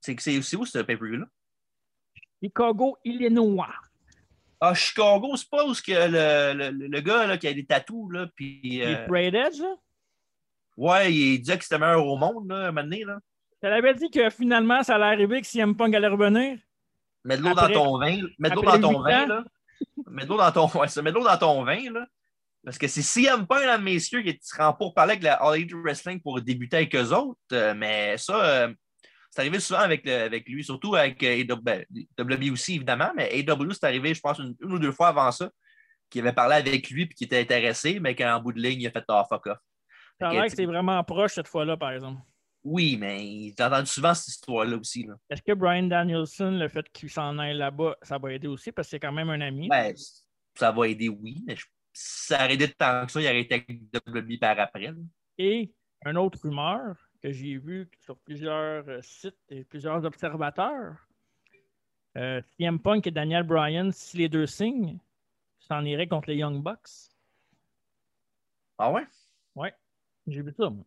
C'est c'est- c'est où ce pay-per-view-là?
Chicago, Illinois.
Ah, Chicago, c'est pas où ce que le, le, le gars là, qui a des tatous, là, puis...
Les
euh,
Straight Edge, là.
ouais, il disait que c'était le meilleur au monde, là, à un moment donné, là.
Ça l'avait dit que finalement, ça allait arriver que CM Punk allait revenir.
Mets de l'eau dans
Après-
ton vin. Mets de l'eau
après
dans ton
huit
vin,
ans.
là. Mets de l'eau dans ton, ouais, ça, mets de l'eau dans ton vin, là. Parce que c'est CM Punk, là, messieurs, qui se rend pour parler avec la All Elite Wrestling pour débuter avec eux autres. euh, mais ça, euh, c'est arrivé souvent avec, le- avec lui, surtout avec euh, AW, ben, WC, évidemment. Mais AW, c'est arrivé, je pense, une, une ou deux fois avant ça, qu'il avait parlé avec lui puis qu'il était intéressé, mais qu'en bout de ligne, il a fait Ah, fuck off.
Ça a
Ok,
l'air
tu-
que c'est vraiment proche cette fois-là, par exemple.
Oui, mais j'ai entendu souvent cette histoire-là aussi. Là.
Est-ce que Brian Danielson, le fait qu'il s'en aille là-bas, ça va aider aussi parce que c'est quand même un ami?
Ben, ça va aider, oui, mais je- si ça aurait aidé tant que ça, il aurait été avec WWE par après. là.
Et une autre rumeur que j'ai vue sur plusieurs euh, sites et plusieurs observateurs, euh, CM Punk et Daniel Bryan, si les deux signent, s'en iraient contre les Young Bucks.
Ah ouais?
J'ai vu ça, moi.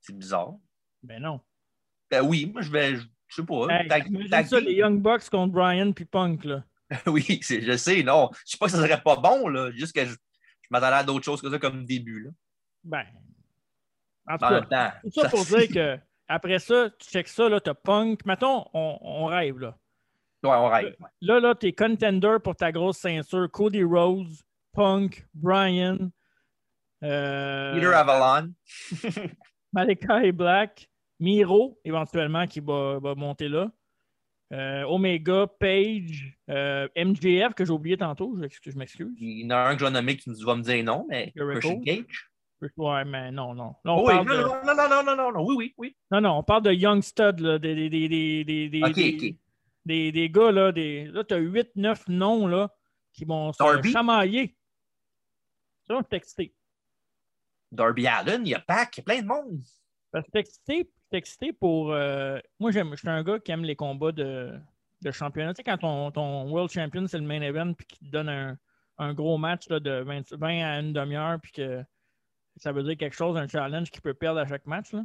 C'est bizarre.
Ben non.
Ben oui, moi je vais. Je, je sais pas.
Hey,
tag-
imagine
tag
Ben, ça,
team.
les Young Bucks contre Bryan puis Punk, là.
oui, c'est- je sais, non. Je sais pas que ça serait pas bon, là. Juste que je, je m'attendais à d'autres choses que ça comme début. Là.
Ben. En tout
En
cas,
même temps.
Tout ça pour dire que après ça, tu checkes ça, là, t'as punk. Mettons, on, on rêve là.
Ouais, on rêve. ouais.
Là, là, t'es contender pour ta grosse ceinture. Cody Rhodes, Punk, Brian, euh,
Peter Avalon.
Malakai Black, Miro, éventuellement, qui va, va monter là. Euh, Omega, Page, euh, MJF, que j'ai oublié tantôt, je, m'excuse- je m'excuse.
Il y en a un que je vais nommer qui nous va me dire non, mais
Jericho.
Christian Cage.
Ouais, mais non, non. Là, on
Mm. oui, non,
parle de-
non, non, non, non, non, non, non, oui, oui, oui.
Non, non, on parle de Young Stud, là, des, des, des, des, des- des-
Ok,
des-
ok.
des, des gars, là, des, là tu as 8-9 noms là, qui vont se
Darby?
chamailler. Ça, je suis excité.
Darby Allen, il y a Pac, il y a plein de monde.
Parce que je suis excité- je suis excité pour. euh, moi, j'aime, je suis un gars qui aime les combats de, de championnat. Tu sais, quand ton, ton World Champion, c'est le main event, puis qu'il te donne un, un gros match là, de 20, 20 à une demi-heure, puis que ça veut dire quelque chose, un challenge qu'il peut perdre à chaque match. Là.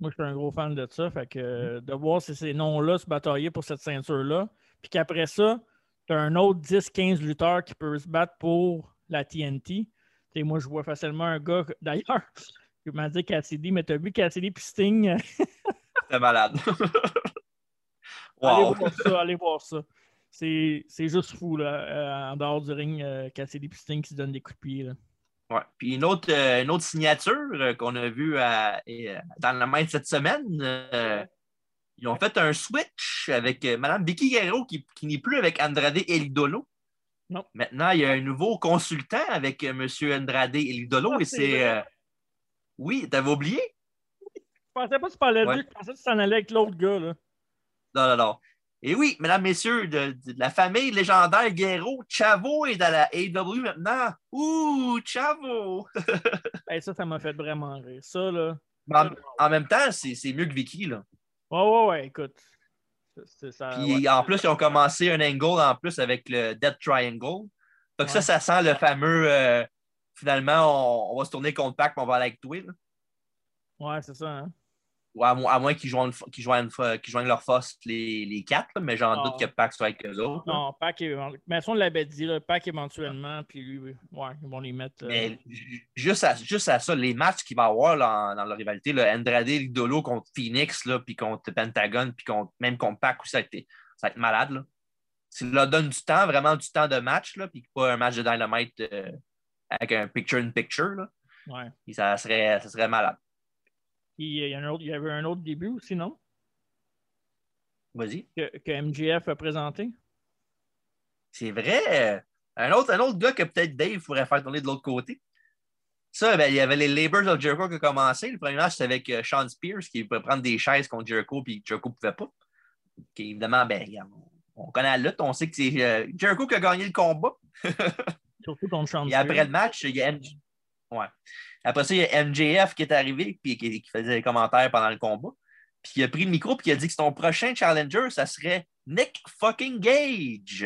Moi, je suis un gros fan de ça. Fait que euh, de voir ces- ces noms-là se batailler pour cette ceinture-là, puis qu'après ça, tu as un autre 10-15 lutteurs qui peut se battre pour la TNT. Tu sais, moi, je vois facilement un gars, que- d'ailleurs, je m'en dis Cassidy, mais t'as vu Cassidy puis Sting?
C'était malade. wow.
allez voir ça, allez voir ça. C'est c'est juste fou, là, euh, en dehors du ring, euh, Cassidy puis Sting qui se donnent des coups de pied. Là.
Ouais. Puis une autre, euh, une autre signature euh, qu'on a vue à- et, euh, dans la main de cette semaine, euh, ils ont fait un switch avec euh, Madame Vicky Guerrero qui, qui n'est plus avec Andrade Elidolo.
Non.
Maintenant, il y a un nouveau consultant avec euh, Monsieur Andrade Elidolo
Ah,
et
c'est
c'est.
vrai.
euh, Oui, t'avais oublié?
Je pensais pas que tu parlais de
Ouais.
lui, je pensais que tu t'en allais avec l'autre gars. Là.
Non, non, non. Et oui, mesdames, messieurs, de, de la famille légendaire Guerrero, Chavo est dans la AW maintenant. Ouh, Chavo!
Hey, Ben, ça, ça m'a fait vraiment rire. Ça, là.
Mais en, en même temps, c'est c'est mieux que Vicky, là.
Ouais, ouais, ouais, écoute. C'est- c'est ça,
Puis
Euh, ouais.
en plus, ils ont commencé un angle en plus avec le Death Triangle. Fait que
Ouais.
ça, ça sent le fameux euh, finalement, on, on va se tourner contre Pac, mais on va aller avec toi. là.
Ouais, c'est ça. hein.
Ou à, mo- à moins qu'ils joignent, qu'ils joignent, qu'ils joignent leur force les, les quatre, là, mais j'en
Ah.
doute que Pac soit avec eux autres. là.
Non, Pac, évent- mais ça, on l'avait dit, là, Pac éventuellement, puis lui, ouais, ils vont les mettre. euh,
Mais ju- juste à, juste à ça, les matchs qu'il va avoir là, en- dans leur rivalité, là, Andrade, Idolo contre Phoenix, là, puis contre Pentagon, puis contre, même contre Pac, aussi, ça, va être- ça va être malade. Là. S'il leur donne du temps, vraiment du temps de match, là, puis pas un match de Dynamite euh, avec un picture-in-picture, là,
ouais.
et ça, serait, ça serait malade.
Puis, euh, il y, en a un autre- il y avait un autre début aussi, non?
Vas-y.
Que, que MGF a présenté.
C'est vrai. Un autre, un autre gars que peut-être Dave pourrait faire tourner de l'autre côté. Ça, ben, il y avait les Labors of Jericho qui a commencé. Le premier match, c'était avec euh, Sean Spears qui pouvait prendre des chaises contre Jericho, puis Jericho ne pouvait pas. Qui, évidemment, ben, regarde, on connaît la lutte, on sait que c'est euh, Jericho qui a gagné le combat.
Surtout contre Sean
Et après
Spears.
le match, il y a M- ouais. Après ça, il y a MJF qui est arrivé puis qui, qui faisait des commentaires pendant le combat. Puis il a pris le micro puis il a dit que son prochain challenger, ça serait Nick fucking Gage,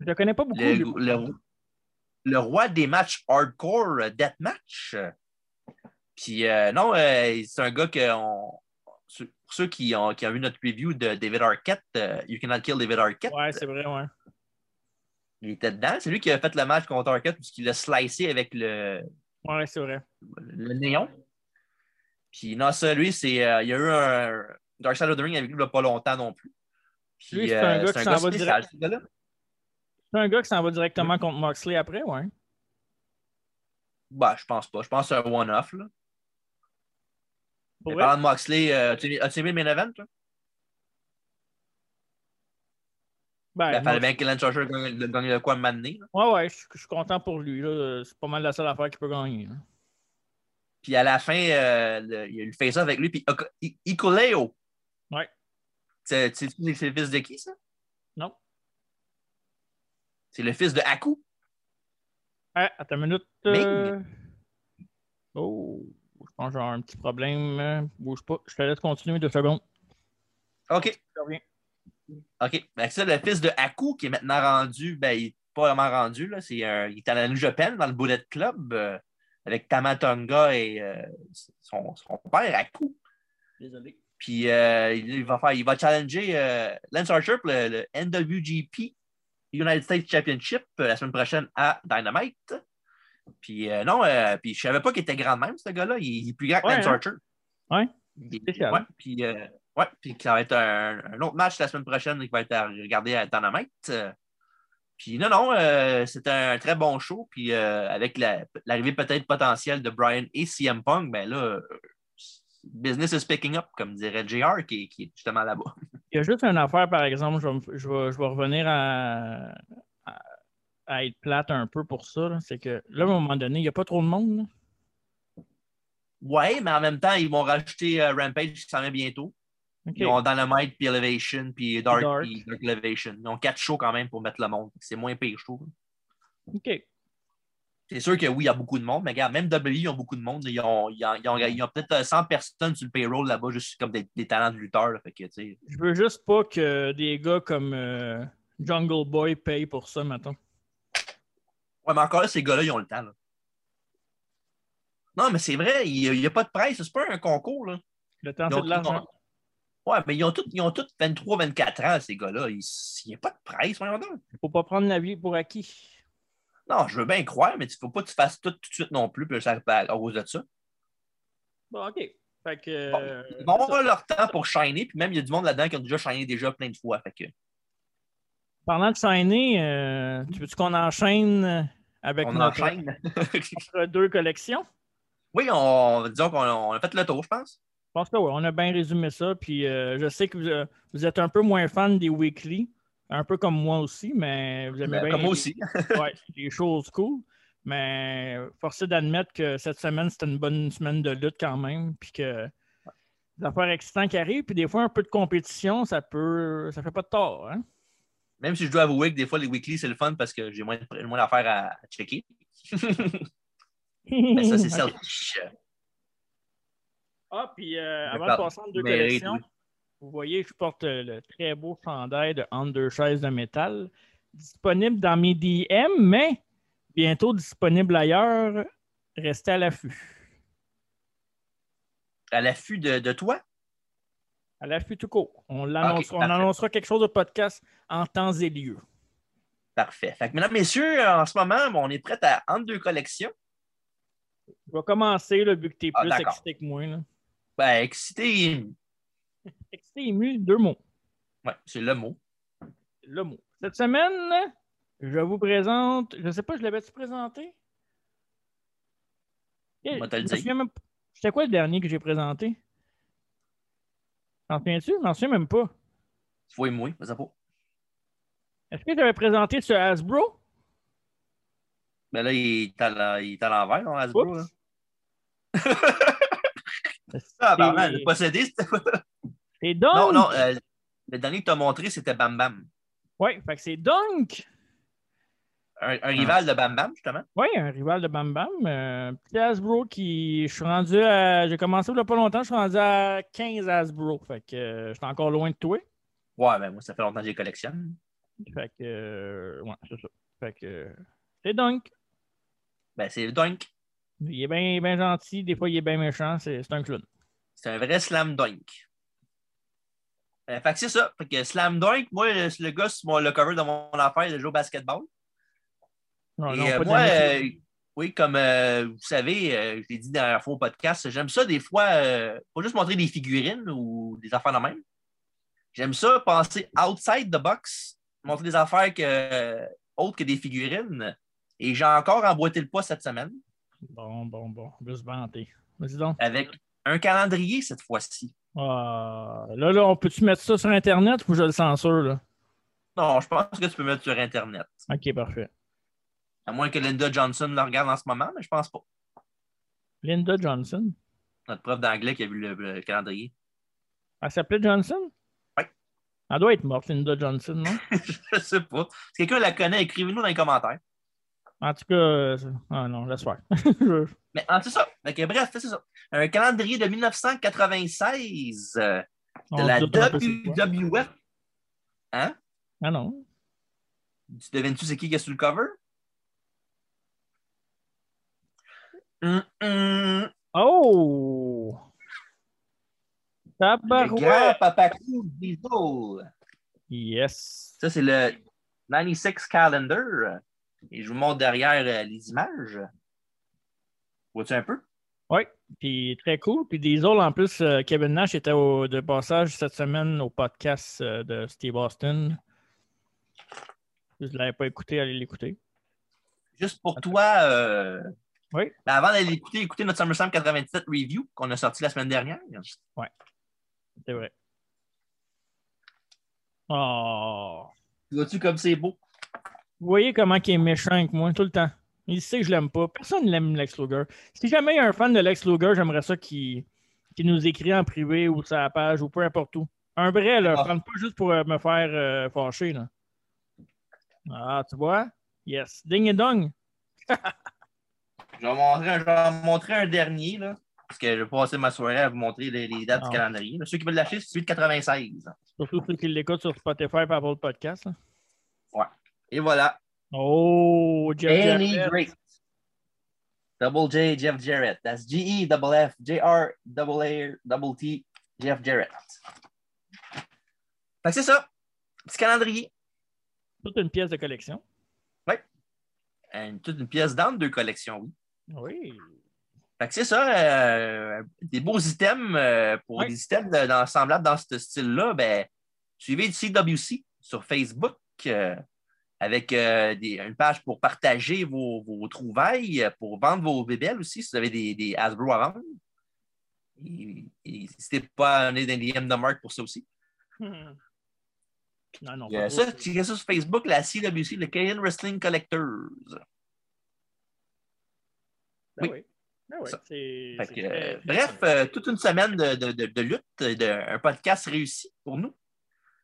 Je le connais pas beaucoup.
le,
lui.
le- le roi des matchs hardcore euh, deathmatch. Puis euh, non, euh, c'est un gars que on- ceux- pour ceux qui ont, qui ont vu notre review de David Arquette, euh, You Cannot Kill David Arquette,
Ouais, c'est vrai, ouais.
il était dedans. C'est lui qui a fait le match contre Arquette puisqu'il l'a slicé avec le,
Ouais, c'est vrai.
le néon. Puis non, ça, lui, c'est, euh, il y a eu un Dark Side of the Ring avec lui il y a pas longtemps non plus. Puis, euh,
Lui, c'est un gars qui s'en va
spécial,
direct.
ce gars-là.
C'est un gars qui s'en va directement contre Moxley après, ouais.
Bah, je pense pas. Je pense que c'est un one-off. là.
Pour
Mais
vrai?
Parlant de Moxley, euh, as-tu as-tu aimé le main event? toi?
Ben,
Il fallait
Moxley-
bien que Lance Archer gagne de gagne de quoi m'amener.
Ouais, ouais, je suis- je suis content pour lui. là. C'est pas mal la seule affaire qu'il peut gagner. là.
Puis à la fin, euh, le- il y a eu le face-off avec lui. Puis Oka- I- Icoleo.
Ouais.
C'est c'est- c'est le fils de qui, ça?
Non.
C'est le fils de Haku.
Ah, attends une minute. euh. Oh, je pense que j'ai un petit problème. euh, Bouge pas. Je te laisse continuer deux secondes.
OK.
Je reviens.
OK. Ben, c'est ça, le fils de Haku qui est maintenant rendu, ben, il n'est pas vraiment rendu, là. C'est un- il est à la New Japan dans le Bullet Club euh, avec Tamatonga et euh, son, son père Haku.
Désolé.
Puis euh, il, il va faire, il va challenger euh, Lance Archer pour le, le NWGP United States Championship euh, la semaine prochaine à Dynamite. Puis euh, non, euh, puis je savais pas qu'il était grand de même, ce gars-là. Il, il est plus grand que
Ouais,
Lance
hein?
Archer.
Ouais.
Il-
Spécial.
ouais, puis, euh, ouais, puis ça va être un, un autre match la semaine prochaine qui va être à regarder à Dynamite. Euh, Puis non, non, euh, c'était un très bon show. Puis euh, avec la- l'arrivée peut-être potentielle de Brian et CM Punk, ben là, euh, business is picking up, comme dirait JR qui, qui est justement là-bas.
Il y a juste une affaire, par exemple, je vais, me- je vais- je vais revenir à, à- à être plate un peu pour ça. là. C'est que là, à un moment donné, il n'y a pas trop de monde. là.
Ouais, mais en même temps, ils vont rajouter euh, Rampage qui s'en vient bientôt.
Ok.
Ils ont Dynamite, puis Elevation, puis Dark,
Dark.
puis Dark Elevation. Ils ont quatre shows quand même pour mettre le monde. C'est moins pire, je trouve.
OK.
C'est sûr que oui, il y a beaucoup de monde, mais regarde, même WWE, ils ont beaucoup de monde. Ils ont, ils ont- ils ont- ils ont peut-être euh, 100 personnes sur le payroll là-bas, juste comme des, des talents de lutteurs. là. Fait que, tu sais,
Je veux juste pas que des gars comme euh, Jungle Boy payent pour ça, maintenant.
Ouais, mais encore là, ces gars-là, ils ont le temps. là. Non, mais c'est vrai, il n'y a, pas de presse. C'est pas un concours. Là.
Le temps,
Ils
c'est
ont
de
tout-
l'argent.
Ouais, mais ils ont tous ils ont tous 23, 24 ans, ces gars-là. Ils- Il n'y a pas de presse, voyons donc.
Faut pas prendre la vie pour acquis.
Non, je veux bien croire, mais il ne faut pas que tu fasses tout tout de suite non plus, puis ça ben, à cause de ça.
Bon, OK. Fait que.
Bon,
euh,
Ils vont avoir leur temps pour shiner, puis même il y a du monde là-dedans qui ont déjà shiné déjà plein de fois. Fait que...
Parlant de signer, euh, tu veux-tu qu'on enchaîne euh, avec
On
notre-
enchaîne.
notre deux collections?
oui, on, disons qu'on on a fait le tour, je pense.
Je pense que oui, on a bien résumé ça. Puis euh, je sais que vous, euh, vous êtes un peu moins fan des weekly, un peu comme moi aussi, mais vous aimez
Ben,
bien
comme
les-
moi aussi.
ouais, les choses cool. Mais forcé d'admettre que cette semaine, c'était une bonne semaine de lutte quand même. Puis que des affaires excitantes qui arrivent, puis des fois un peu de compétition, ça peut. ça fait pas de tort, hein?
Même si je dois avouer que des fois, les weekly, c'est le fun parce que j'ai moins, de- moins d'affaires à checker. mais Ben, ça, c'est
Ok.
selfish.
Ah, puis euh,
Je
avant de
parle.
passer entre deux
Mais,
collections,
oui.
vous voyez, je porte euh, le très beau chandail de Entre deux chaises de métal, disponible dans mes DM, mais bientôt disponible ailleurs. Restez à l'affût.
À l'affût de, de toi,
À l'affût tout court. On, l'annoncera- on
parfait.
annoncera quelque chose au podcast en temps et lieu.
parfait. Fait que, mesdames, messieurs, en ce moment, on est prêt à entre deux collections.
Je vais commencer, le vu que t'es
Ah,
plus
d'accord.
excité que moi. là.
Ben, excité,
Excité, ému, deux mots.
ouais, c'est le mot.
le mot. Cette semaine, je vous présente. Je ne sais pas, je l'avais-tu présenté? Eh,
On va te le
je me
dire.
souviens même p- C'était quoi le dernier que j'ai présenté? T'en souviens-tu? Je m'en souviens même pas.
Faut et moi, ça pas.
Est-ce que j'avais présenté ce Hasbro?
Ah, Ben là, il est à la- il est à l'envers, non, Hasbro, là.
Oups.
Ah,
C'est-
ben, le possédé, c'était
C'est Don!
Non, non, euh, Le dernier que tu as montré, c'était Bam Bam.
Oui, fait que c'est Dunk.
Un, un rival
Ah.
de Bam Bam, justement.
Oui, un rival de Bam Bam. Euh, petit Hasbro qui. Je suis rendu à. J'ai commencé il n'y a pas longtemps, je suis rendu à 15 Hasbro. Fait que euh, j'étais encore loin de toi.
Ouais, mais moi, ça fait longtemps que je les collectionne.
Fait que. euh, ouais, c'est ça. Fait que. euh, c'est Dunk.
Ben, c'est Dunk.
Il est bien bien gentil, des fois il est bien méchant, c'est c'est un clown.
C'est un vrai slam dunk. Euh, fait que c'est ça. Fait que slam dunk, moi, le, le gars, c'est mon- le cover de mon affaire, il joue au basketball.
Non,
Et
non,
euh,
pas de
moi,
la-
euh, oui, comme euh, vous savez, euh, je l'ai dit dans la faux podcast, j'aime ça des fois, euh, pas juste montrer des figurines ou des affaires de même. J'aime ça penser outside the box, montrer des affaires que, euh, autres que des figurines. Et j'ai encore emboîté le pas cette semaine
Bon, bon, bon. On va se vanter. Vas-y donc.
avec un calendrier cette fois-ci.
Ah, là, là, on peut-tu mettre ça sur Internet ou je le censure, là?
Non, je pense que tu peux mettre sur Internet.
Ok, parfait.
À moins que Linda Johnson le regarde en ce moment, mais je pense pas.
Linda Johnson.
Notre prof d'anglais qui a vu le, le calendrier.
Elle s'appelait Johnson?
Oui.
Elle doit être morte, Linda Johnson, non?
je sais pas. Si quelqu'un la connaît, écrivez-nous dans les commentaires.
En tout cas, euh, ça- ah non, laisse faire. Je-
Mais ah, c'est ça. Fait que, bref, c'est ça. Un calendrier de 1996 euh,
on
de
se
la
doute un peu c'est quoi.
WWF.
Ah non.
Tu devines-tu c'est qui qui est sur le cover? Hum, hum.
Oh!
Le grand
Tabarouette!
Papa Cool Diesel.
Yes!
Ça, c'est le 96 Calendar. Et je vous montre derrière euh, les images. Vois-tu un peu?
Oui, puis très cool. Puis désolé, en plus, euh, Kevin Nash était au- de passage cette semaine au podcast euh, de Steve Austin. Si Je ne l'avais pas écouté, allez l'écouter.
Juste pour toi, euh,
Oui.
ben, avant d'aller l'écouter, écoutez notre SummerSlam 97 review qu'on a sorti la semaine dernière.
C'est vrai. Oh!
Vois-tu comme c'est beau?
Vous voyez comment il est méchant avec moi tout le temps. Il sait que je l'aime pas. Personne l'aime, Lex Luger. Si jamais il y a un fan de Lex Luger, j'aimerais ça qu'il qu'il nous écrit en privé ou sur la page ou peu importe où. Un vrai, là.
Ah.
fan, pas juste pour euh, me faire euh, fâcher, là. Ah, tu vois? Yes. Ding et dong.
Je vais, en montrer, un- je vais en montrer un dernier, là, parce que je vais passer ma soirée à vous montrer les, les dates
Ah.
du calendrier. Là, Ceux qui veulent lâcher, c'est celui de 96.
Surtout ceux qui l'écoutent sur Spotify par Apple Podcast. là.
Et voilà.
Oh, Jeff
Any
Jarrett.
Great. Double J, Jeff Jarrett. That's G-E, double F, J-R, double A, double T, Jeff Jarrett. Fait que c'est ça. Petit calendrier.
Toute une pièce de collection.
Une- toute une pièce d'âme de collection, oui.
Oui.
Fait que c'est ça, euh, des beaux items euh, pour
Oui.
des items de- dans- semblables dans ce style-là. Ben, suivez le CWC sur Facebook euh, avec euh, des- une page pour partager vos, vos trouvailles, euh, pour vendre vos bébelles aussi, si vous avez des, des Hasbro à vendre. Et- et N'hésitez pas à donner des DM de marque pour ça aussi.
Hmm. Non, non.
Euh,
pas
ça,
trop.
checkez ça sur Facebook, la CWC, le Canadian Wrestling Collectors.
Ben
oui.
oui. Ben oui,
Ça.
c'est-
Fait
c'est
que,
très-
euh, bref, euh, toute une semaine de, de- de- de lutte, de, un podcast réussi pour nous.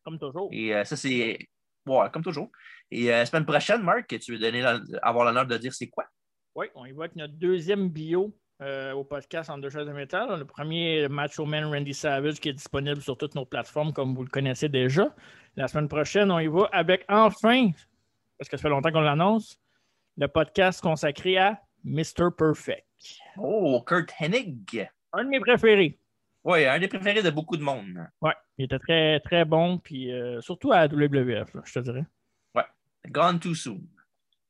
Comme toujours.
Et euh, ça, c'est. Ouais, comme toujours. Et euh, la semaine prochaine, Marc, tu veux donner l'hon- avoir l'honneur de dire c'est quoi?
Oui, on y va avec notre deuxième bio euh, au podcast en deux choses de métal. Le premier, Macho Man Randy Savage, qui est disponible sur toutes nos plateformes, comme vous le connaissez déjà. La semaine prochaine, on y va avec enfin, parce que ça fait longtemps qu'on l'annonce, le podcast consacré à Mr. Perfect.
Oh, Kurt Hennig.
Un de mes préférés.
Oui, un des préférés de beaucoup de monde.
Oui, il était très, très bon, puis euh, surtout à la WWF, là, je te dirais.
Gone too soon.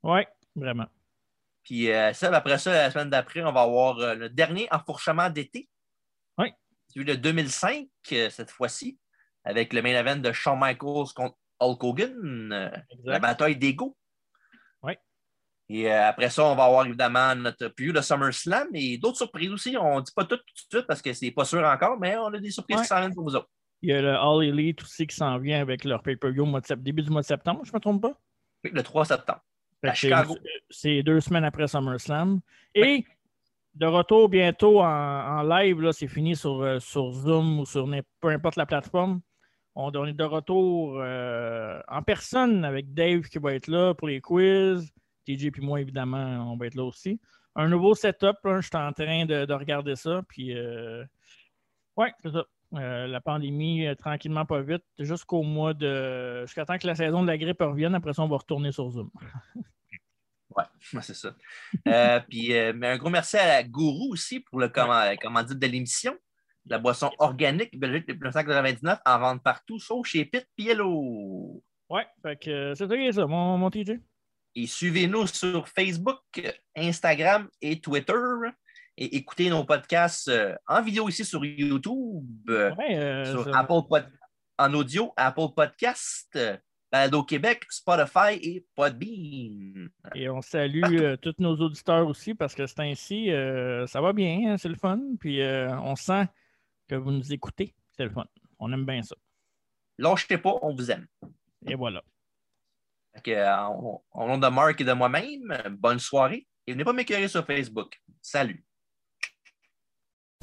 Oui, vraiment.
Puis euh, Seb, après ça, la semaine d'après, on va avoir euh, le dernier enfourchement d'été.
Oui.
Celui de 2005, euh, cette fois-ci, avec le main event de Shawn Michaels contre Hulk Hogan. euh, la
Exact.
bataille d'ego.
Oui.
Et euh, après ça, on va avoir évidemment notre preview de SummerSlam et d'autres surprises aussi. On ne dit pas tout tout de suite parce que c'est pas sûr encore, mais on a des surprises
Ouais.
qui s'en viennent pour vous autres.
Il y a le All Elite aussi qui s'en vient avec leur pay-per-view au mois de sept- début du mois de septembre, je ne me trompe pas.
Oui, Le 3 septembre.
Fait
À
que c'est-
Chicago. Ben
C'est deux semaines après SummerSlam. Et de retour bientôt en, en live, là, c'est fini sur, euh, sur Zoom ou sur n'im- peu importe la plateforme. On, on est de retour euh, en personne avec Dave qui va être là pour les quiz. TJ puis moi, évidemment, on va être là aussi. Un nouveau setup, là, je suis en train de, de regarder ça. Puis, euh, ouais, c'est ça. Euh, la pandémie, euh, tranquillement, pas vite, jusqu'au mois de. Jusqu'à temps que la saison de la grippe revienne. Après ça, on va retourner sur Zoom.
Ouais, ouais, c'est ça. Euh, puis euh, mais un gros merci à la Gourou aussi pour le comment, euh, commandite de l'émission. La boisson organique Belgique depuis 1999 en vente partout, sauf chez Pit Piello.
Ouais, fait que euh, c'est ça, qui est ça, mon, mon TJ.
Et suivez-nous sur Facebook, Instagram et Twitter. Et écoutez nos podcasts euh, en vidéo ici sur YouTube, euh,
Ouais, euh,
sur
ça-
Apple Pod- en audio, Apple Podcast, euh, Balado Québec, Spotify et Podbean.
Et on salue euh, tous nos auditeurs aussi parce que c'est ainsi, euh, ça va bien, hein, c'est le fun. Puis euh, on sent que vous nous écoutez, c'est le fun. On aime bien ça.
Lâchez pas, on vous aime.
Et voilà.
Fait que, euh, au au nom de Marc et de moi-même, euh, bonne soirée et venez pas m'écœurer sur Facebook. Salut.